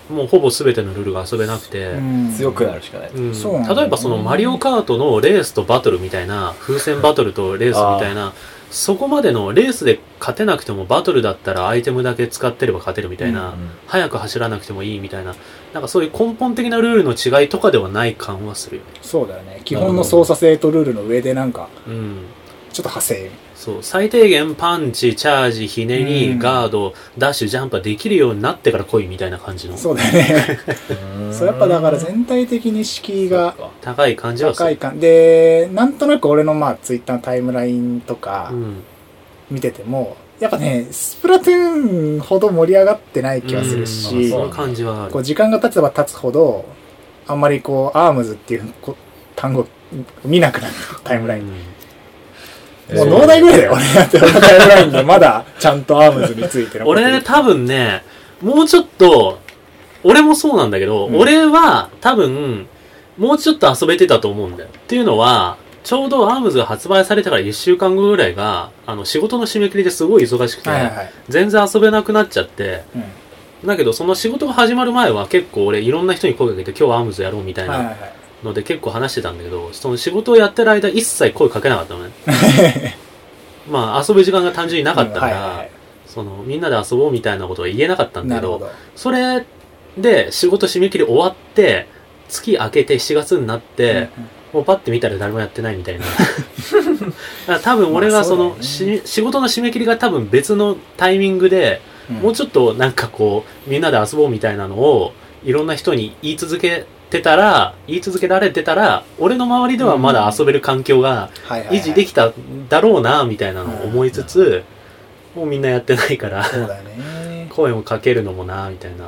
Speaker 1: もうほぼ全てのルールが遊べなくて、
Speaker 3: うん
Speaker 4: 強くなるしかない
Speaker 1: うん
Speaker 3: そうなんだよね
Speaker 1: 例えばそのマリオカートのレースとバトルみたいな風船バトルとレースみたいなそこまでのレースで勝てなくてもバトルだったらアイテムだけ使ってれば勝てるみたいな、
Speaker 4: うん
Speaker 1: 早く走らなくてもいいみたいななんかそういう根本的なルールの違いとかではない感はするよね、
Speaker 3: そうだよね基本の操作性とルールの上でなんか
Speaker 1: うん、
Speaker 3: ちょっと派生
Speaker 1: そう最低限パンチチャージひねり、
Speaker 3: うん
Speaker 1: ガードダッシュジャンプはできるようになってから来いみたいな感じの
Speaker 3: そうだよねそうやっぱだから
Speaker 2: 然
Speaker 3: 全体的に敷居が
Speaker 1: 高い感じはす
Speaker 3: 高い
Speaker 1: る
Speaker 3: 感でなんとなく俺のまあツイッターのタイムラインとか
Speaker 1: うん、
Speaker 3: 見てても、やっぱねスプラトゥーンほど盛り上がってない気がする
Speaker 1: うん
Speaker 3: し、
Speaker 1: その感じはあ
Speaker 3: こう
Speaker 1: る
Speaker 3: 時間が経てば経つほどあんまりこうアームズっていうこ単語見なくなるタイムライン、
Speaker 2: うん
Speaker 3: もう農大ぐらいだよ俺だって俺のタイムライ ンでまだちゃんとアームズについて
Speaker 1: う
Speaker 3: の
Speaker 1: ん
Speaker 3: こと
Speaker 1: 俺ね多分ねもうちょっと俺もそうなんだけど、
Speaker 3: うん
Speaker 1: 俺は多分もうちょっと遊べてたと思うんだよっていうのはちょうどアームズが発売されてから1週間後ぐらいがあの仕事の締め切りですごい忙しくて、
Speaker 3: はいはいはい、
Speaker 1: 全然遊べなくなっちゃって
Speaker 3: うん
Speaker 1: だけどその仕事が始まる前は結構俺いろんな人に声かけて今日アームズやろうみたい
Speaker 3: はいはい
Speaker 1: な
Speaker 3: はい
Speaker 1: ので結構話してたんだけどその仕事をやってる間一切声かけなかった のねまあ遊ぶ時間が単純になかったから、
Speaker 3: うんはいはい
Speaker 1: そのみんなで遊ぼうみたいなことは言えなかった
Speaker 3: はい
Speaker 1: んだ
Speaker 3: な
Speaker 1: け
Speaker 3: る
Speaker 1: ど
Speaker 3: ほど
Speaker 1: それで仕事締め切り終わって月明けて7月になって、
Speaker 3: うんうん
Speaker 1: もうパッて見たら誰もやってないみたいなだ から多分俺がその、
Speaker 3: まあそうだ
Speaker 1: し
Speaker 3: よ
Speaker 1: 仕事の締め切りが多分別のタイミングでもうちょっとなんかこう、みんなで遊ぼうみたいなのを、いろんな人に言い続けてたら、言い続けられてたら、俺の周りではまだ遊べる環境が
Speaker 3: はいはいはい
Speaker 1: 維持できただろうな、みたいなのを思いつつ、もうみんなやってないから、
Speaker 3: そうだよね
Speaker 1: 声をかけるのもな、みたいな。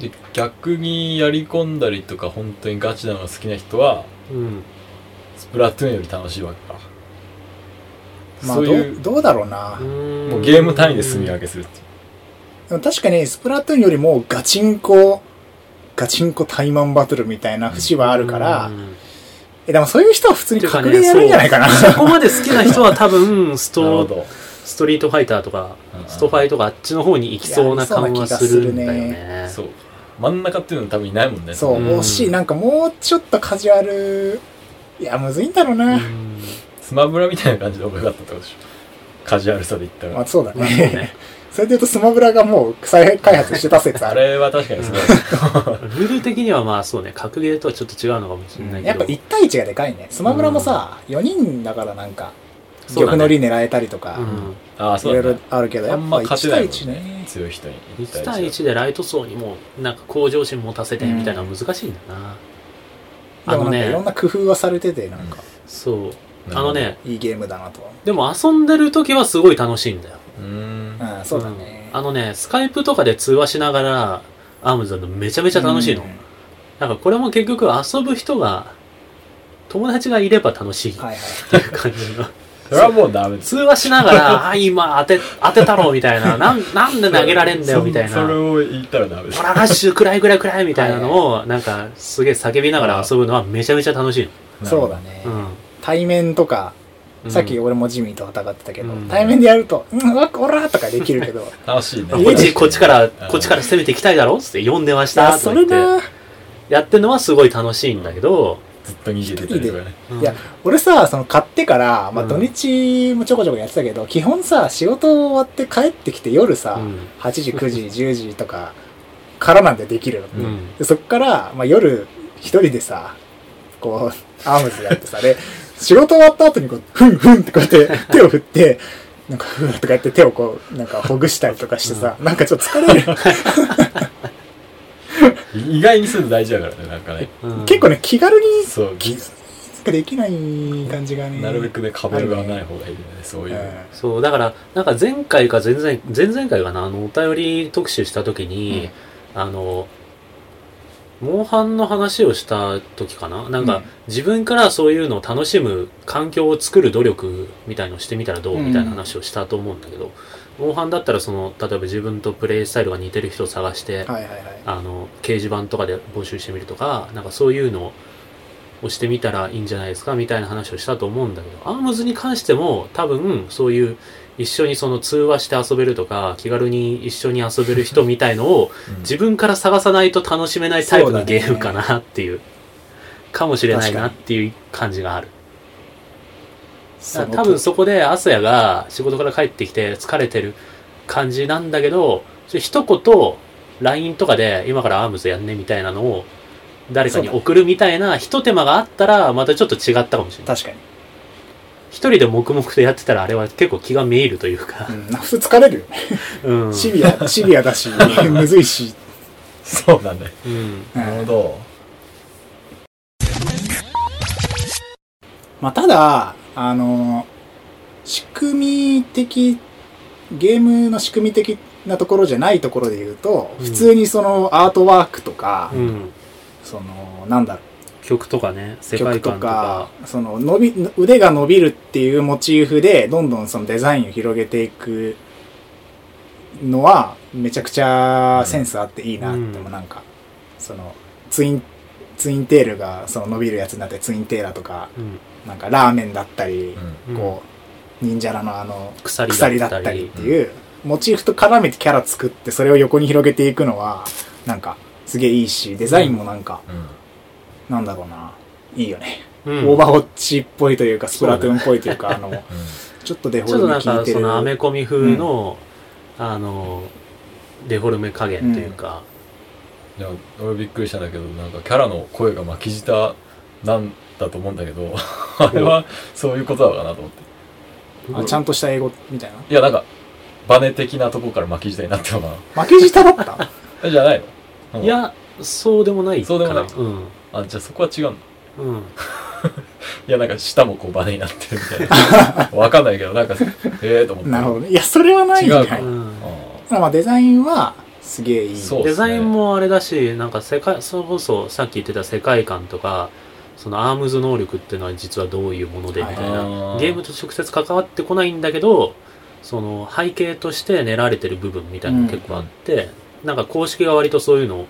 Speaker 2: で逆にやり込んだりとか本当にガチなのが好きな人は
Speaker 1: うん。
Speaker 2: スプラトゥーンより楽しいわけか
Speaker 3: まあ
Speaker 2: そうい
Speaker 3: ど
Speaker 2: う
Speaker 3: どうだろうな、
Speaker 2: もうゲーム単位で住み分けするっていう
Speaker 3: でも確かにスプラトゥーンよりもガチンコガチンコ対マンバトルみたいな節はあるから、
Speaker 1: うん
Speaker 3: えでもそういう人は普通に
Speaker 1: てかね
Speaker 3: 隠れやるんじゃないかな、
Speaker 1: そこまで好きな人は多 分、ス
Speaker 2: なるほ
Speaker 1: ト、
Speaker 2: ど
Speaker 1: ストリートファイターとか、
Speaker 2: うん
Speaker 1: ストファイとかあっちの方に行きそうな感はするんだよ
Speaker 3: いやい
Speaker 1: ね。
Speaker 2: そう真ん中っていうのは多分いないもんね
Speaker 3: そう
Speaker 1: うん
Speaker 3: 惜しいなんかもうちょっとカジュアルいやむずいんだろうな、
Speaker 1: うん
Speaker 2: スマブラみたいな感じの方が良かったってことでしょカジュアルさで言った
Speaker 3: まあ
Speaker 2: ら
Speaker 3: そうだ
Speaker 1: まあそう
Speaker 3: ね
Speaker 1: ね
Speaker 3: それで言うとスマブラがもう再開発してた説あ
Speaker 2: あ
Speaker 3: る
Speaker 2: れは確かにすごい
Speaker 1: ルール的にはまあそうね、格ゲーとはちょっと違うのかもしれないけ
Speaker 3: やっ
Speaker 1: ど。
Speaker 3: ぱ1対1がでかいねスマブラもさ、4人だからなんか
Speaker 1: そうだね
Speaker 3: 玉乗り狙えたりとか、
Speaker 1: うん。
Speaker 2: ああ
Speaker 3: い
Speaker 2: そ
Speaker 3: ろいう
Speaker 2: だ
Speaker 3: ろ
Speaker 2: ね
Speaker 3: あるけど
Speaker 2: あ
Speaker 3: やっ
Speaker 2: ん
Speaker 3: ぱ
Speaker 2: ま勝て
Speaker 3: 1
Speaker 2: ない
Speaker 3: 対
Speaker 2: も
Speaker 3: 1
Speaker 2: ん
Speaker 3: ね
Speaker 2: ね強い人に
Speaker 1: 1対1でライト層にも、なんか向上心持たせてみたいなのは難しいんだよな。あ
Speaker 3: でも
Speaker 1: の
Speaker 3: なんかいろん
Speaker 1: ね、
Speaker 3: な工夫はされててなんか
Speaker 1: そう。
Speaker 2: な
Speaker 1: あ
Speaker 2: るほ
Speaker 1: の
Speaker 2: ど
Speaker 1: ね、
Speaker 3: いいゲームだなとは
Speaker 1: でも遊んでる時はすごい楽しいんだよ。
Speaker 2: うーん
Speaker 3: うんそうだね
Speaker 1: んあのね、スカイプとかで通話しながら、アームズだとめちゃめちゃ楽しいの。
Speaker 3: うん
Speaker 1: なんかこれも結局遊ぶ人が、友達がいれば楽しいって
Speaker 3: はいはい
Speaker 1: いう感じ の。
Speaker 2: それはもうダメです
Speaker 1: 通話しながら、あ、今当て、当てたろ、みた いな。なん、なんで投げられんだよ、みたいな。
Speaker 2: そそれを言ったらダメです
Speaker 1: パララッシュ暗い暗い暗いみたいなのを、なんか、すげえ叫びながら遊ぶのはめちゃめちゃ楽しい
Speaker 3: そうだね、
Speaker 1: の。
Speaker 3: 対面とか
Speaker 1: うん。
Speaker 3: さっき俺もジミーと戦ってたけど、
Speaker 1: うん
Speaker 3: 対面でやると「うんわっおら!」とかできるけ ど
Speaker 2: 楽しいね
Speaker 1: こっち、こっちから、
Speaker 2: ん
Speaker 1: こっちから攻めていきたいだろっつって、読んでまし
Speaker 3: いや
Speaker 1: たと
Speaker 3: そ
Speaker 1: か言
Speaker 3: れ
Speaker 1: って、
Speaker 3: な
Speaker 1: やってるのはすごい楽しいんだけど、
Speaker 2: ずっと逃げてたりとかね
Speaker 1: うん
Speaker 3: いや、俺さその買ってから、まあ、
Speaker 1: うん
Speaker 3: 土日もちょこちょこやってたけど、基本さ仕事終わって帰ってきて夜さ、
Speaker 1: うん
Speaker 3: 8時9時10時とかからなんでできるの、
Speaker 1: うん
Speaker 3: でそっから、まあ、夜一人でさこうアームズやって さで仕事終わった後にこうふんふんってこうやって手を振ってなんかふわとかやって手をこうなんかほぐしたりとかしてさ、なんかちょっと疲れ る
Speaker 2: 意外にするの大事だからねなんかね
Speaker 1: うん
Speaker 3: 結構ね気軽に
Speaker 2: そう
Speaker 3: 気ができない感じがね
Speaker 2: なるべくね壁がない方がいいよねそう
Speaker 3: うん
Speaker 2: いう、
Speaker 1: そう、だから、なんか前回か前々、前々回かな、あの、お便り特集した時に、あの、モンハンの話をした時かななんか、
Speaker 3: うん
Speaker 1: 自分からそういうのを楽しむ環境を作る努力みたいのをしてみたらどう
Speaker 3: うん
Speaker 1: みたいな話をしたと思うんだけど、モンハンだったらその、例えば自分とプレイスタイルが似てる人を探して、
Speaker 3: はいはいはい
Speaker 1: あの、掲示板とかで募集してみるとか、なんかそういうのをしてみたらいいんじゃないですかみたいな話をしたと思うんだけど、アームズに関しても多分そういう一緒にその通話して遊べるとか、気軽に一緒に遊べる人みたいのを
Speaker 2: うん
Speaker 1: 自分から探さないと楽しめないタイプのゲームかなっていう、かもしれない
Speaker 3: 確か
Speaker 1: な
Speaker 3: に
Speaker 1: っていう感じがある。
Speaker 3: その
Speaker 1: 多分そこでアスヤが仕事から帰ってきて疲れてる感じなんだけど、それ一言 LINE とかで今からアームズやんねみたいなのを誰かに送るみたいな一手間があったらまたちょっと違ったかもしれない。
Speaker 3: 確かに
Speaker 1: 一人で黙々とやってたらあれは結構気がめいるというか
Speaker 3: う、ん、なんか普通疲れるよね。
Speaker 1: うん。
Speaker 3: シビア、シビア だし、むずいし。
Speaker 2: そうだね。
Speaker 1: うん。
Speaker 3: うん
Speaker 2: なるほど。
Speaker 3: まあ、ただ、あの、仕組み的、ゲームの仕組み的なところじゃないところで言うと、
Speaker 1: うん
Speaker 3: 普通にそのアートワークとか、
Speaker 1: うん。
Speaker 3: その、なんだろう、
Speaker 1: 曲とかね、世界観
Speaker 3: 曲
Speaker 1: と
Speaker 3: とか
Speaker 1: か。、
Speaker 3: その、伸び、腕が伸びるっていうモチーフで、どんどんそのデザインを広げていくのは、めちゃくちゃセンスあっていいなって、
Speaker 1: うん
Speaker 3: なんか、その、ツイン、ツインテールがその伸びるやつになって、ツインテーラーとか、
Speaker 1: うん。
Speaker 3: なんかラーメンだったり、
Speaker 1: うん
Speaker 3: こう、忍者らのあの、
Speaker 1: 鎖
Speaker 3: 鎖だったりっていう、モチーフと絡めてキャラ作って、それを横に広げていくのは、なんか、すげえいいし、デザインもなんか、
Speaker 2: うん。
Speaker 3: なんだろうな、いいよね。
Speaker 1: うん
Speaker 3: オーバーウォッチっぽいというか、スプラトゥーンっぽいというか、あ の、
Speaker 2: うん
Speaker 3: ちょっとデフ
Speaker 1: ちょっ
Speaker 3: ォル
Speaker 1: と
Speaker 3: メ
Speaker 1: なん
Speaker 3: 効い
Speaker 1: か
Speaker 3: て
Speaker 1: そ
Speaker 3: る。
Speaker 1: のアメコミ風の、あのデフォルメ加減というか、
Speaker 2: いや俺びっくりしたんだけどなんかキャラの声が巻き舌なんだと思うんだけど あれはそういうことなのかなと思って
Speaker 3: あちゃんとした英語みたいな。
Speaker 2: いやなんかバネ的なとこから巻き舌になったのかな
Speaker 3: 負け舌だ った
Speaker 2: えじゃないの、うん
Speaker 1: いやそうでもないか
Speaker 2: そう
Speaker 1: な
Speaker 2: でもない
Speaker 1: うん
Speaker 2: あじゃあそこは違うんだ
Speaker 1: うん
Speaker 2: いやなんか舌もこうバネになってるみたいなわかんないけどなんかええと思って
Speaker 3: なるほどね。いや、それはないんじゃな
Speaker 2: 違
Speaker 3: いう
Speaker 1: うん
Speaker 3: まあまあデザインは、すげえいい。
Speaker 2: そうっすね
Speaker 1: デザインもあれだしなんか世界それこそさっき言ってた世界観とかそのアームズ能力っていうのは実はどういうものでみたい
Speaker 2: あ
Speaker 1: な
Speaker 2: ー
Speaker 1: ゲームと直接関わってこないんだけどその背景として練られてる部分みたいなのが結構あって、なんか公式が割とそういうのを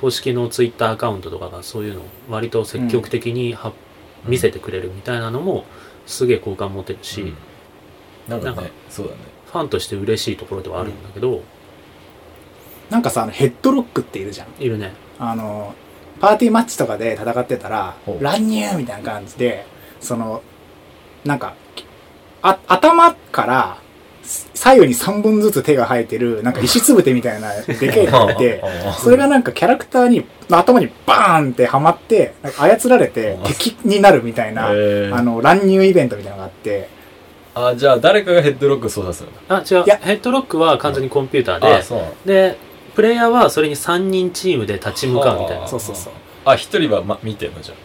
Speaker 1: 公式のツイッターアカウントとかがそういうのを割と積極的には、
Speaker 2: うん
Speaker 1: 見せてくれるみたいなのもすげえ好感持てるし、
Speaker 2: うん
Speaker 1: フ
Speaker 2: なんかね
Speaker 1: なんか
Speaker 2: そうだね
Speaker 1: ァンとして嬉しいところではあるんだけど、
Speaker 3: なんかさ、あのヘッドロックっているじゃん。
Speaker 1: いるね
Speaker 3: あの、パーティーマッチとかで戦ってたら
Speaker 2: ほ、う、
Speaker 3: 乱入みたいな感じで、その、なんか、あ、頭から、す左右に3本ずつ手が生えてる、なんか石つぶてみたいな、でけえのがいて
Speaker 2: あ
Speaker 3: それがなんかキャラクターに、頭にバーンってはまって、なんか操られ て
Speaker 2: うん
Speaker 3: 敵になるみたいな、
Speaker 2: え
Speaker 3: あ
Speaker 2: ー
Speaker 3: の、乱入イベントみたいなのがあって、
Speaker 2: あじゃあ誰かがヘッドロック操作するんだ
Speaker 1: あ違う
Speaker 3: いや
Speaker 1: ヘッドロックは完全にコンピューター
Speaker 2: あ
Speaker 1: で
Speaker 2: そうなの
Speaker 1: でプレイヤーはそれに3人チームで立ち向かうみたいな
Speaker 2: はあ
Speaker 3: そうそうそう。
Speaker 2: あ一人は、ま、見てんのじゃ
Speaker 1: い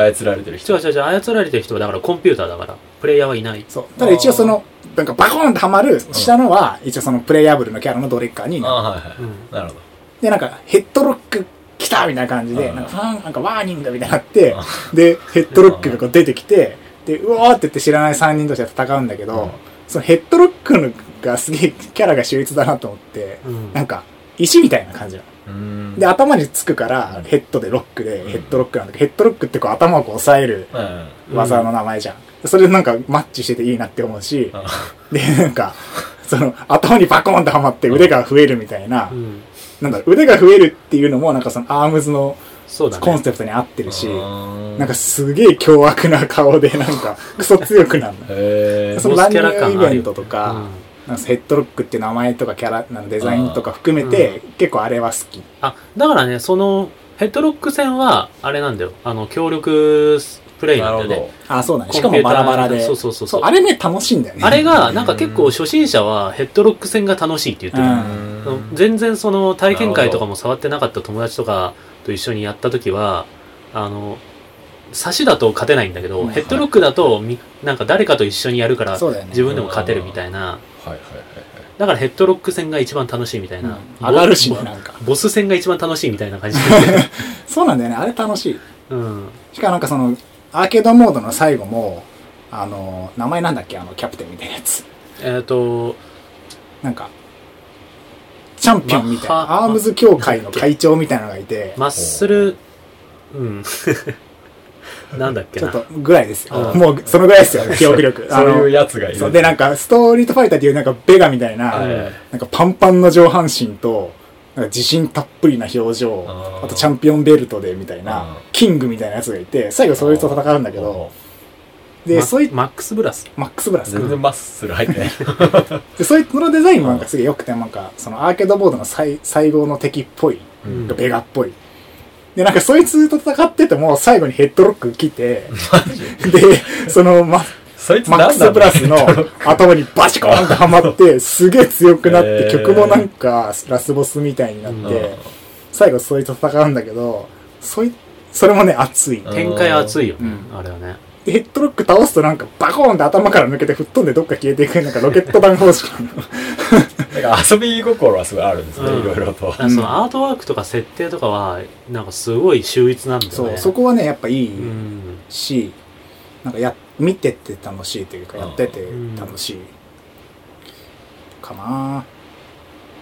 Speaker 2: あ
Speaker 1: や
Speaker 2: 操られてる人
Speaker 1: 違う違う違う操られてる人はだからコンピューターだからプレイヤーはいない
Speaker 3: そう。ただ一応その、なんかバコーンってはまる下のは、一応そのプレイヤブルのキャラのどれかにな
Speaker 2: あ
Speaker 3: る
Speaker 2: はいはい、
Speaker 1: うん
Speaker 2: なるほど
Speaker 3: で、なんか、ヘッドロック来たみたいな感じで、
Speaker 2: うん
Speaker 3: なんか、ファン、なんか、ワーニングみたいになって、で、ヘッドロックがこう出てきて、で、うわーって言って知らない3人として戦うんだけど、
Speaker 2: うん
Speaker 3: そのヘッドロックのがすげえキャラが秀逸だなと思って、
Speaker 1: うん
Speaker 3: なんか、石みたいな感じなの。
Speaker 2: うーん
Speaker 3: で、頭につくから
Speaker 2: う、ん
Speaker 3: ヘッドでロックで、
Speaker 2: うん
Speaker 3: ヘッドロックなんだけど、ヘッドロックってこう頭をこう押さえる
Speaker 2: うん
Speaker 3: 技の名前じゃん。それなんかマッチしてていいなって思うし、で、なんか、その、頭にバコーンってはまって腕が増えるみたいな
Speaker 1: う、ん
Speaker 3: なんだろう、腕が増えるっていうのも、なんかその、アームズの
Speaker 1: そうだ
Speaker 3: コン
Speaker 1: ね
Speaker 3: セプトに合ってるし、
Speaker 2: な
Speaker 3: なんかすげえ凶悪な顔で、なんか、 クソ強くなるの。
Speaker 2: へー
Speaker 3: その
Speaker 1: ボ
Speaker 3: ラ
Speaker 1: ス
Speaker 3: ン
Speaker 1: キャ
Speaker 3: ニ
Speaker 1: ラ感ある
Speaker 3: ン
Speaker 1: よ
Speaker 3: グイベントとか、
Speaker 1: うん
Speaker 3: なんかヘッドロックっていう名前とかキャラ、なんかデザインとか含めて、結構あれは好き。
Speaker 1: あだからねそのヘッドロック戦はあれなんだよあの協力プレイなん
Speaker 2: な
Speaker 1: だよ
Speaker 2: る
Speaker 1: ね
Speaker 2: ほ
Speaker 3: あ、そうだね。
Speaker 1: コ
Speaker 3: し
Speaker 1: ンピ
Speaker 3: か
Speaker 1: ューター
Speaker 3: もバラバラで。
Speaker 1: そうそうそうそう
Speaker 3: あれね、楽しいんだよね。
Speaker 1: あれがなんか結構初心者はヘッドロック戦が楽しいって言ってる、
Speaker 3: うん
Speaker 2: どうーん
Speaker 1: 全然その体験会とかも触ってなかった友達とかと一緒にやった時はあの差しだと勝てないんだけど、
Speaker 3: うん
Speaker 1: ヘッドロックだとみなんか誰かと一緒にやるから
Speaker 3: そうだよね
Speaker 1: 自分でも勝てるみたいな
Speaker 2: はいはいはい
Speaker 1: だからヘッドロック戦が一番楽しいみたいな、
Speaker 3: うん上がるしね、なんか。
Speaker 1: ボス戦が一番楽しいみたいな感じで、
Speaker 3: そうなんだよね、あれ楽しい。
Speaker 1: うん、
Speaker 3: しかもなんかその、アーケードモードの最後も、あの、名前なんだっけあの、キャプテンみたいなやつ。
Speaker 1: えっ、と
Speaker 3: なんか、チャンピオンみたい
Speaker 1: マッハ
Speaker 3: な、アームズ協会の会長みたいなのがいて、
Speaker 1: マッスルうん なんだっけ
Speaker 3: ちょ
Speaker 1: な
Speaker 3: っとぐらいですよ。
Speaker 1: うん
Speaker 3: もう、そのぐらいですよ、記憶 力。
Speaker 2: そういう
Speaker 3: や
Speaker 2: やつがいる
Speaker 3: そうで、なんか、ストーリートファイターっていうなんか、ベガみたいな、
Speaker 2: はい
Speaker 3: なんかパンパンの上半身と、なんか自信たっぷりな表情、
Speaker 2: あー
Speaker 3: あとチャンピオンベルトでみたいな
Speaker 2: あー、
Speaker 3: キングみたいなやつがいて、最後そいつと戦うんだけど、で、
Speaker 1: マ
Speaker 3: そうい
Speaker 1: マックスブラス
Speaker 3: マックスブラスか
Speaker 2: 全然マッスル入ってない
Speaker 3: で、そういう、そのデザインもなんかすげえ良くて、なんか、そのアーケードボードの最、最後の敵っぽい、
Speaker 1: うん
Speaker 3: ベガっぽい。で、なんかそいつと戦ってても、最後にヘッドロック来て、で、その、ま、
Speaker 2: そいつ
Speaker 3: マッ
Speaker 2: 何
Speaker 3: ク
Speaker 2: な
Speaker 3: ス
Speaker 2: ん
Speaker 3: プ
Speaker 2: だ
Speaker 3: ラスの頭にバシコーンとはまって、すげえ強くなっ
Speaker 2: へ
Speaker 3: て、
Speaker 2: ー
Speaker 3: 曲もなんかラスボスみたいになっ
Speaker 2: うん
Speaker 3: て、最後そいつと戦うんだけど、そい、それもね、熱い。
Speaker 1: 展開熱いよね、
Speaker 3: うん
Speaker 1: あれはね。
Speaker 3: でヘッドロック倒すとなんかバコーンって頭から抜けて吹っ飛んでどっか消えていく、なんかロケット弾方式なの。
Speaker 2: なんか遊び心はすごいあるんですね、
Speaker 1: うん
Speaker 2: いろいろと
Speaker 1: だか。ら
Speaker 3: うん
Speaker 1: そのアートワークとか設定とかは、なんかすごい秀逸なんだよね。
Speaker 3: そう、そこはね、やっぱいい
Speaker 1: うん。
Speaker 3: し、なんかや、見てて楽しいというか、
Speaker 2: うん
Speaker 3: やってて楽しいかな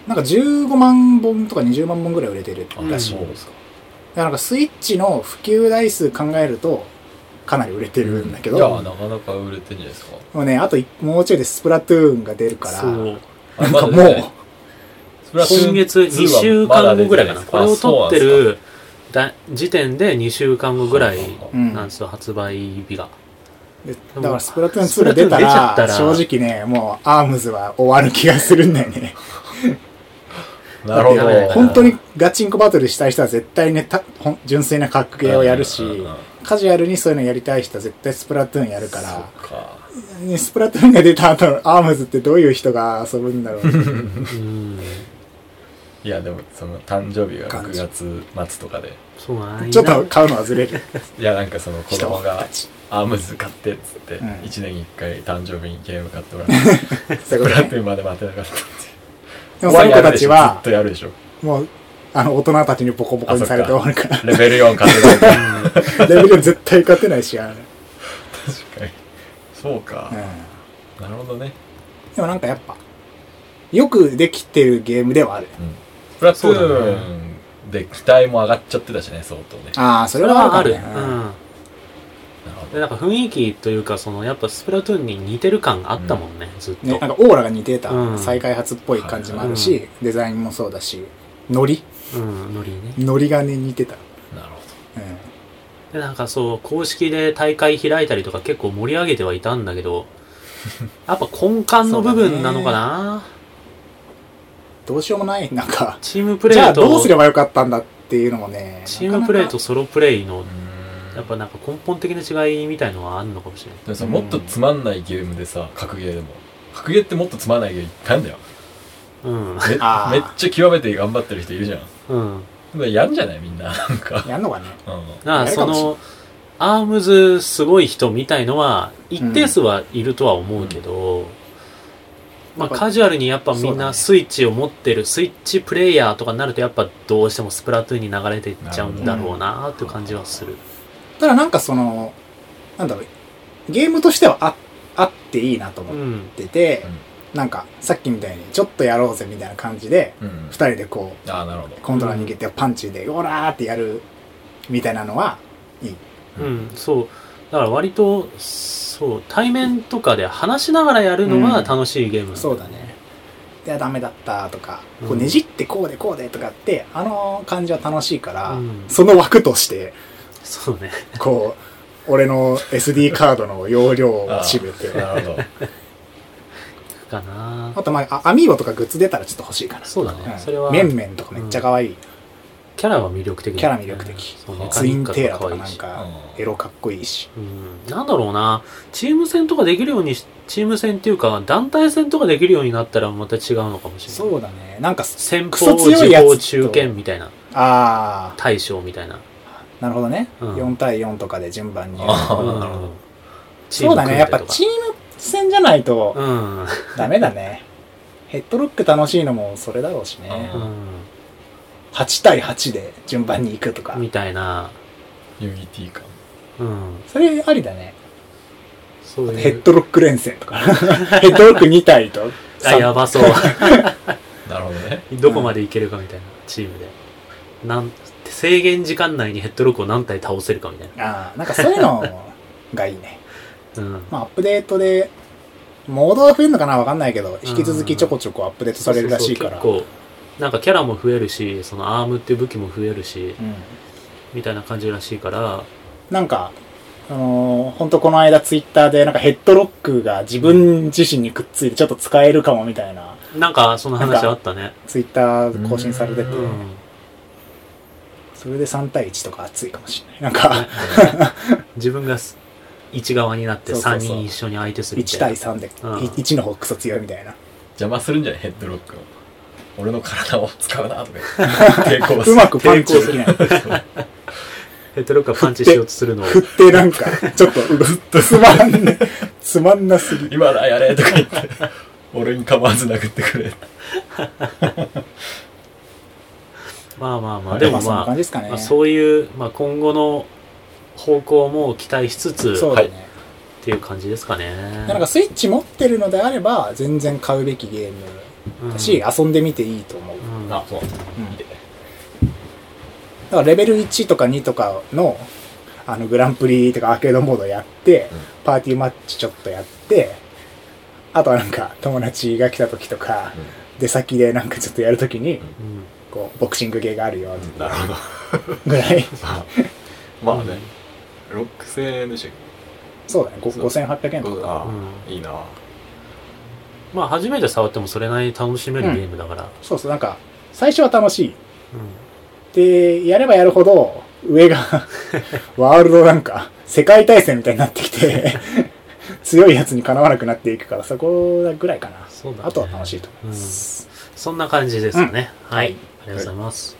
Speaker 3: なんか15万本とか20万本ぐらい売れてるらしい。
Speaker 1: ん
Speaker 2: あそ
Speaker 3: だか
Speaker 2: うですか。
Speaker 3: らなんかスイッチの普及台数考えると、かなり売れてるんだけ
Speaker 2: い
Speaker 3: ど、
Speaker 2: や、
Speaker 3: も
Speaker 2: なかなか売れてんじゃないですか。
Speaker 3: うね、あといもうちょいでスプラトゥーンが出るから、
Speaker 1: そう。
Speaker 2: あ
Speaker 3: なんか
Speaker 2: ま
Speaker 3: も
Speaker 2: だ
Speaker 3: う、
Speaker 2: 出てないスプラトゥーン
Speaker 1: 今月2週間後ぐらいかな。
Speaker 2: 2
Speaker 1: これを撮ってるだ時点で2週間後ぐらい
Speaker 3: うん
Speaker 1: なんですよ、発売日が。
Speaker 3: で
Speaker 1: も
Speaker 3: だからスプラトゥーン2が出た
Speaker 1: スプラトゥー
Speaker 3: ら
Speaker 1: ン出ちゃったら
Speaker 3: 正直ねもうアームズは終わる気がするんだよね
Speaker 2: あそうなんですか
Speaker 1: だっ
Speaker 2: な
Speaker 1: て
Speaker 2: る
Speaker 1: やばい
Speaker 2: ほど。
Speaker 3: 本当にガチンコバトルしたい人は絶対ねたほん純粋な格ゲーをやるし、
Speaker 2: うんうんうん
Speaker 3: カジュアルにそういうのやりたい人は絶対スプラトゥーンやるか
Speaker 2: そ
Speaker 3: ら
Speaker 2: っか。
Speaker 3: ねスプラトゥーンが出た後のアームズってどういう人が遊ぶんだろ
Speaker 1: う
Speaker 3: う
Speaker 1: ん。
Speaker 2: いや、でも、その、誕生日が6月末とかで。
Speaker 1: そうなんや
Speaker 3: ちょっと買うのはずれる
Speaker 2: いや、なんかその子
Speaker 3: 人
Speaker 2: 供が
Speaker 3: た、ち
Speaker 2: アームズ買ってっつって、
Speaker 3: うん
Speaker 2: 1年に1回誕生日にゲーム買ってもらって、
Speaker 3: そう
Speaker 2: ス
Speaker 3: いう
Speaker 2: プ
Speaker 3: こと
Speaker 2: ラ
Speaker 3: ね
Speaker 2: トゥーンまで待てなかったっていう。
Speaker 3: でもその子たち
Speaker 2: ずっ
Speaker 3: は
Speaker 2: とやるでしょ。
Speaker 3: もうあの大人たちにボコボコにされて終わるか
Speaker 2: レベル4勝てないから。
Speaker 3: らレベル絶対勝てないしあれ、うん、
Speaker 2: 確かに。そうか。なるほどね。
Speaker 3: でもなんかやっぱよくできてるゲームではある
Speaker 2: うん。プラトゥ
Speaker 1: そうだ
Speaker 2: ーンで期待も上がっちゃってたしね、相当ね。
Speaker 3: ああ、そ
Speaker 1: そ
Speaker 3: れ
Speaker 1: れ
Speaker 3: は
Speaker 1: は
Speaker 3: あ
Speaker 1: あ
Speaker 3: る
Speaker 1: る。
Speaker 3: かもね。
Speaker 1: うん。
Speaker 2: なるほ
Speaker 1: で、なんか雰囲気というか、その、やっぱスプラトゥーンに似てる感があったもんね、ずっと。
Speaker 3: ね、なんかオーラが似てた、
Speaker 1: うん
Speaker 3: 再開発っぽい感じもあるし、
Speaker 1: は
Speaker 3: デザインもそうだし、ノリ
Speaker 1: うん、ノリね。
Speaker 3: ノリがね、似てた。
Speaker 2: ど。なるほ
Speaker 3: う
Speaker 1: で、なんかそう、公式で大会開いたりとか結構盛り上げてはいたんだけ ど、やっぱ根幹の部分なのかな、
Speaker 3: ん。どうしようもない。 なんか、
Speaker 1: チームプレ
Speaker 3: じゃ
Speaker 1: ー
Speaker 3: あ
Speaker 1: と、
Speaker 3: どうすればよかったんだっていうのもね、
Speaker 1: チームプレーと
Speaker 3: なか
Speaker 1: ソロプレイの
Speaker 2: ど。うーん
Speaker 1: やっぱなんか根本的な違いみたいのはあるのかもしれない。
Speaker 2: でもさ、
Speaker 3: うん
Speaker 2: もっとつまんないゲームでさ、格ゲーでも。格ゲーってもっとつまんないゲームいっぱいあんだよ。
Speaker 1: うん。
Speaker 2: め
Speaker 3: あー
Speaker 2: めっちゃ極めて頑張ってる人いるじゃん。
Speaker 1: うん。
Speaker 2: まあやんじゃないみんな。なん
Speaker 3: な
Speaker 2: か。
Speaker 3: かやんのかね。
Speaker 2: うん。
Speaker 1: だからそ
Speaker 3: やるかもしれな
Speaker 1: の、アームズすごい人みたいのは、一定数はいるとは思うけど、まあ
Speaker 3: やっぱ
Speaker 1: カジュアルにやっぱみ
Speaker 3: そ
Speaker 1: ん
Speaker 3: うだね
Speaker 1: なスイッチを持ってる、スイッチプレイヤーとかになるとやっぱどうしてもスプラトゥーンに流れていっちゃうんだろうなーっていう感じはする。
Speaker 3: ただなんかその、なんだろう、ゲームとしてはああっていいなと
Speaker 1: う
Speaker 3: 思っ
Speaker 1: ん。
Speaker 3: てて、なんかさっきみたいにちょっとやろうぜみたいな感じで、
Speaker 2: うん
Speaker 3: 二。人でこう、
Speaker 2: ああ、なるほど。
Speaker 3: コントローラー握ってパンチで、オラーってやるみたいなのは、
Speaker 1: うん、そう。だから割と、そう、対面とかで話しながらやるのが楽しいゲームなんだ
Speaker 3: そ
Speaker 1: よ
Speaker 3: うだね。いや、ダメだったとか、
Speaker 1: うん
Speaker 3: こうねじってこうでこうでとかって、あの感じは楽しいから、
Speaker 1: うん
Speaker 3: その枠として、
Speaker 1: そうね。
Speaker 3: こう、 俺の SD カードの容量を
Speaker 2: あー
Speaker 3: 占めて、あ
Speaker 2: なるほど。
Speaker 1: かな
Speaker 3: とまあ、あアミーボとかグッズ出たらちょっと欲しいかな。
Speaker 1: そうだ
Speaker 3: う
Speaker 1: ね。
Speaker 3: ん
Speaker 1: それは、
Speaker 3: メンメンとかめっちゃ可愛い。
Speaker 1: キャラは魅力的だよね、
Speaker 3: キャラ魅力的
Speaker 1: そうね。
Speaker 3: ツインテーラ
Speaker 1: カ
Speaker 3: と
Speaker 1: ニ
Speaker 3: か
Speaker 1: ッカ
Speaker 3: なん
Speaker 1: とか可愛いし
Speaker 3: か、
Speaker 2: うん
Speaker 3: エロかっこいいし。
Speaker 1: うん。なんだろうな。チーム戦とかできるようにし、チーム戦っていうか、団体戦とかできるようになったらまた違うのかもしれない。
Speaker 3: そうだね。なんか、
Speaker 1: 先
Speaker 3: クソ
Speaker 1: 方、
Speaker 3: 強い
Speaker 1: 時
Speaker 3: やつと
Speaker 1: 方、中堅みたいな。
Speaker 3: あ
Speaker 1: 大将みたいな。
Speaker 3: ー、なるほどね。
Speaker 1: うん
Speaker 3: 4対4とかで順番に。
Speaker 2: あーなるほ
Speaker 1: ん
Speaker 2: ど。
Speaker 1: チー
Speaker 3: そ
Speaker 1: ム
Speaker 3: うだ
Speaker 1: 組
Speaker 3: ね。
Speaker 1: ん
Speaker 3: や
Speaker 1: だ
Speaker 3: っ
Speaker 1: りと
Speaker 3: ぱ
Speaker 1: か
Speaker 3: チーム戦じゃないと、
Speaker 1: うん。
Speaker 3: ダメだね。ヘッドロック楽しいのもそれだろうしね
Speaker 2: う。ん
Speaker 3: 8対8で順番に行くとか
Speaker 1: うん。。みたいな。
Speaker 2: ユニティ感。
Speaker 1: うん。
Speaker 3: それありだね。
Speaker 1: そういう。
Speaker 3: ヘッドロック連戦と か。ヘッドロック2対と。
Speaker 1: あ、やばそう。
Speaker 2: なるほどね。
Speaker 1: どこまでいけるかみたいな、チームで。なん、制限時間内にヘッドロックを何体倒せるかみたいな。
Speaker 3: ああ、なんかそういうのがいいね。
Speaker 1: うん。
Speaker 3: まあアップデートで、モードが増えるのかなわかんないけど、引き続きちょこちょこアップデートされるらしいから。
Speaker 1: そうそうそう結構なんかキャラも増えるしそのアームっていう武器も増えるし
Speaker 3: うん
Speaker 1: みたいな感じらしいから
Speaker 3: なんか、あのー、ほんとこの間ツイッターでなんかヘッドロックが自分自身にくっついてちょっと使えるかもみたいな
Speaker 1: なんかその話あったね
Speaker 3: ツイッター更新されてて
Speaker 1: う、
Speaker 2: なんか
Speaker 3: それで3対1とか熱いかもしれない。なんか、
Speaker 1: 自分がす一側になって
Speaker 3: そうそ
Speaker 1: 3
Speaker 3: うそう
Speaker 1: 人一緒に相手するみた
Speaker 3: 1
Speaker 1: いな
Speaker 3: 対3で、
Speaker 1: うん
Speaker 3: 1の方クソ強いみたいな。
Speaker 2: 邪魔するんじゃないヘッドロックを俺の体を使うなとか言 って抵抗す
Speaker 3: う
Speaker 2: る
Speaker 3: まくパンチできない。
Speaker 1: ヘッドロックがパンチしようとするのを
Speaker 3: 振ってなんか、ちょっと、つまんな、つまんなすぎ。
Speaker 2: 今だやれとか言って俺に構わず殴ってくれ
Speaker 1: まあまあま
Speaker 2: は
Speaker 1: あ
Speaker 2: い
Speaker 1: でも
Speaker 3: そんな
Speaker 1: まあ
Speaker 3: 感じですかね。
Speaker 1: まあ、そういう、まあ、今後の方向も期待しつつ
Speaker 3: そう
Speaker 1: っ
Speaker 3: だね。
Speaker 1: ていう感じですかね
Speaker 3: なんかスイッチ持ってるのであれば、全然買うべきゲーム
Speaker 1: うん
Speaker 3: だし、遊んでみていいと思う。
Speaker 1: うん
Speaker 2: あそう
Speaker 3: だからレベル1とか2とかの、あの、グランプリとかアーケードモードやって、
Speaker 2: うん
Speaker 3: パーティーマッチちょっとやって、あとはなんか友達が来た時とか、出先でなんかちょっとやるときに、
Speaker 1: うん
Speaker 3: こう、ボクシング系があるよ、
Speaker 4: なるほど
Speaker 3: ぐら い。
Speaker 2: まあ
Speaker 1: うん
Speaker 2: ね
Speaker 4: 6000円でしたっ
Speaker 3: そうだね、ご
Speaker 4: そう
Speaker 3: 5800円
Speaker 4: け
Speaker 3: とか。
Speaker 4: ああ、
Speaker 1: う
Speaker 4: いいな
Speaker 1: まあ初めて触ってもそれなりに楽しめるゲームだから、
Speaker 3: そうそう、なんか、最初は楽しい。
Speaker 1: うん
Speaker 3: で、やればやるほど、上が、ワールドなんか、世界大戦みたいになって きて、強いやつにかなわなくなっていくから、そこぐらいかな。
Speaker 1: そうだね
Speaker 3: あとは楽しいと思います。
Speaker 1: そんな感じですかね、はい、
Speaker 3: は
Speaker 1: あ
Speaker 3: い
Speaker 1: りがとうございます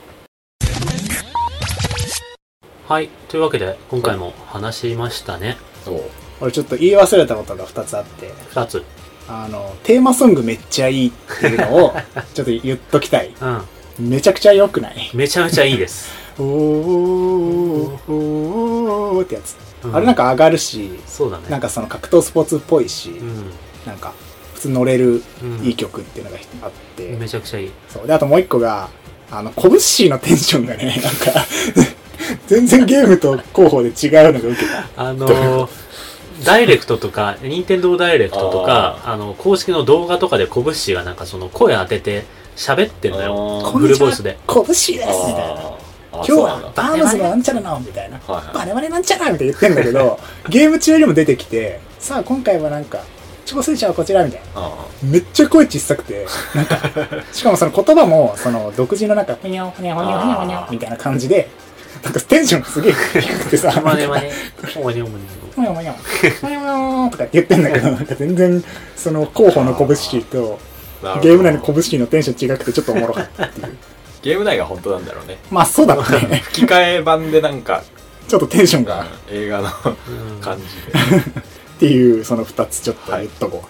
Speaker 1: はい、というわけで今回も話しましたね
Speaker 2: そう
Speaker 3: 俺ちょっと言い忘れたことが2つあって、
Speaker 1: 2つ
Speaker 3: あの、テーマソングめっちゃいいっていうの を、ちょっと言っときたい。
Speaker 1: うん
Speaker 3: めちゃくちゃ良くない
Speaker 1: めちゃめちゃいいです、
Speaker 3: おーおーおーってやつ。
Speaker 1: うん
Speaker 3: あれなんか上がるし、
Speaker 1: そうだね
Speaker 3: なんかその格闘スポーツっぽいし、
Speaker 1: うん
Speaker 3: なんか普通乗れる
Speaker 1: うん
Speaker 3: いい曲っていうのがあって、
Speaker 1: めちゃくちゃいい
Speaker 3: そうであともう一個があのコブッシーのテンションがね なんか全然ゲームと広報で違うのが受けた
Speaker 1: あのーダイレクトとか、任天堂ダイレクトとか、あの、公式の動画とかで拳がなんかその声当てて喋ってんの
Speaker 2: あ
Speaker 1: よ。
Speaker 2: ー
Speaker 1: フルボイスで。
Speaker 3: コブッシーですみたいな
Speaker 2: あああ
Speaker 3: 今日
Speaker 2: そうなん
Speaker 3: は
Speaker 2: だ
Speaker 3: バームズのなんちゃらのみたいな
Speaker 2: はいはい
Speaker 3: バレバレなんちゃらみたいな言ってんだけどゲーム中にも出てきてさあ今回はなんか挑戦者はこちらみたいな
Speaker 2: あ
Speaker 3: めっちゃ声小さくて、なんか、しかもその言葉も、その独自のなんか、ふにゃんふにゃんふにゃんふにゃんふにゃんみたいな感じで、なんかテンションがすげえ低くてさ、
Speaker 1: ま
Speaker 3: なん
Speaker 1: ねま
Speaker 3: か
Speaker 1: ね。まねまね。
Speaker 3: ふにゃんふにゃん、ふにゃんふにゃんとかって言ってんだ けど、なんか全然、その候補の拳と、
Speaker 4: なるほど
Speaker 3: ゲーム内の拳のテンション違くてちょっとおもろか ったっていう。
Speaker 4: ゲーム内が本当なんだろうね
Speaker 3: まあそうだったね。
Speaker 4: 吹き替え版でなんか
Speaker 3: ちょっとテンションが、
Speaker 4: 映画の
Speaker 1: うん
Speaker 4: 感じで
Speaker 3: っていう、その二つちょっと言っとこ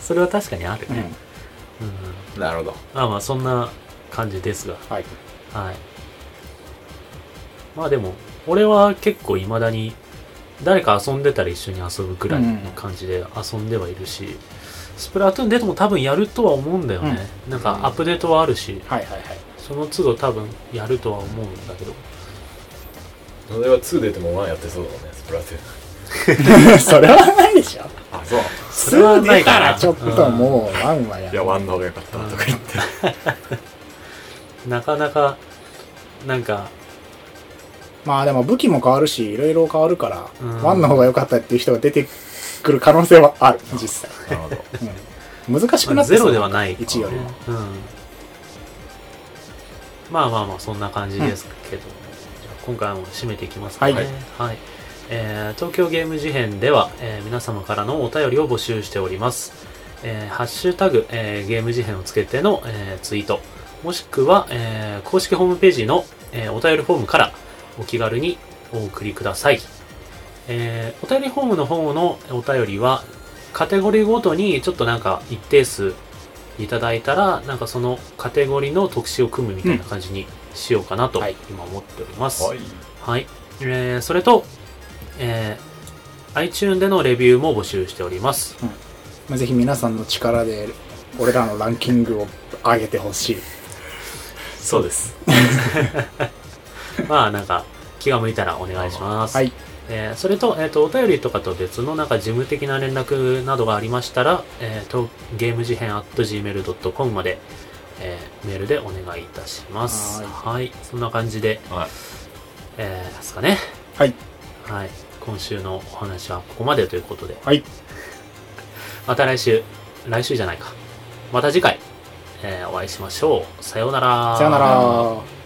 Speaker 1: それは確かにある
Speaker 3: う。
Speaker 1: ね。うん。
Speaker 4: なるほど
Speaker 1: まあまあ、そんな感じですが。
Speaker 3: うん。はい。
Speaker 1: はい。まあでも、俺は結構未だに、誰か遊んでたら一緒に遊ぶくらいの感じで遊んではいるし、スプラトゥーン出ても多分やるとは思うんだよね。なんかアップデートはあるし、
Speaker 3: はいはいはい。
Speaker 1: その都度多分やるとは思うんだけど。
Speaker 2: それは2出ても1やってそうだもんねスプラトゥーン
Speaker 3: それはない でしょ。
Speaker 2: あそう
Speaker 1: それは
Speaker 3: 2
Speaker 1: ない
Speaker 3: 出
Speaker 1: か
Speaker 3: た
Speaker 1: な
Speaker 3: らちょっともう、ワンワンや
Speaker 4: いやワンの方が良かったとか言って
Speaker 1: なかなか、なんか、
Speaker 3: まあでも武器も変わるし、いろいろ変わるから、
Speaker 1: うん
Speaker 3: ワンの方が良かったっていう人が出てくる可能性はある、実際。
Speaker 2: なるほど
Speaker 3: うん難しくなって
Speaker 1: ゼ
Speaker 3: そう
Speaker 1: ロではない、
Speaker 3: 1よりも。
Speaker 1: うん。まあまあまあ、そんな感じですけど、じゃあ今回も締めていきますかね。
Speaker 3: はい
Speaker 1: はいえー東京ゲーム事変では、えー皆様からのお便りを募集しております。えーハッシュタグ、えーゲーム事変をつけての、えーツイート、もしくは、えー公式ホームページの、えーお便りフォームからお気軽にお送りください。えーお便りフォームの方のお便りは、カテゴリーごとにちょっとなんか一定数いただいたら、なんかそのカテゴリーの特集を組むみたいな感じにしようかなと
Speaker 3: うんはい
Speaker 1: 今思っております。
Speaker 2: はい
Speaker 1: はい。えーそれと、えー iTune でのレビューも募集しております。
Speaker 3: まあぜひ皆さんの力で、俺らのランキングを上げてほしい。
Speaker 1: そうです。まあ、なんか、気が向いたらお願いします。
Speaker 3: はい。
Speaker 1: えーそれと、えっ、と、お便りとかと別の、なんか、事務的な連絡などがありましたら、えっ、と、ゲーム事変 at gmail.com まで、えーメールでお願いいたします。
Speaker 3: は
Speaker 1: はい。そんな感じで、
Speaker 2: はい
Speaker 1: えーですかね。
Speaker 3: はい。
Speaker 1: はい。今週のお話はここまでということで、
Speaker 3: はい。
Speaker 1: また来週、来週じゃないか。また次回、えーお会いしましょう。さようなら。
Speaker 3: さよなら。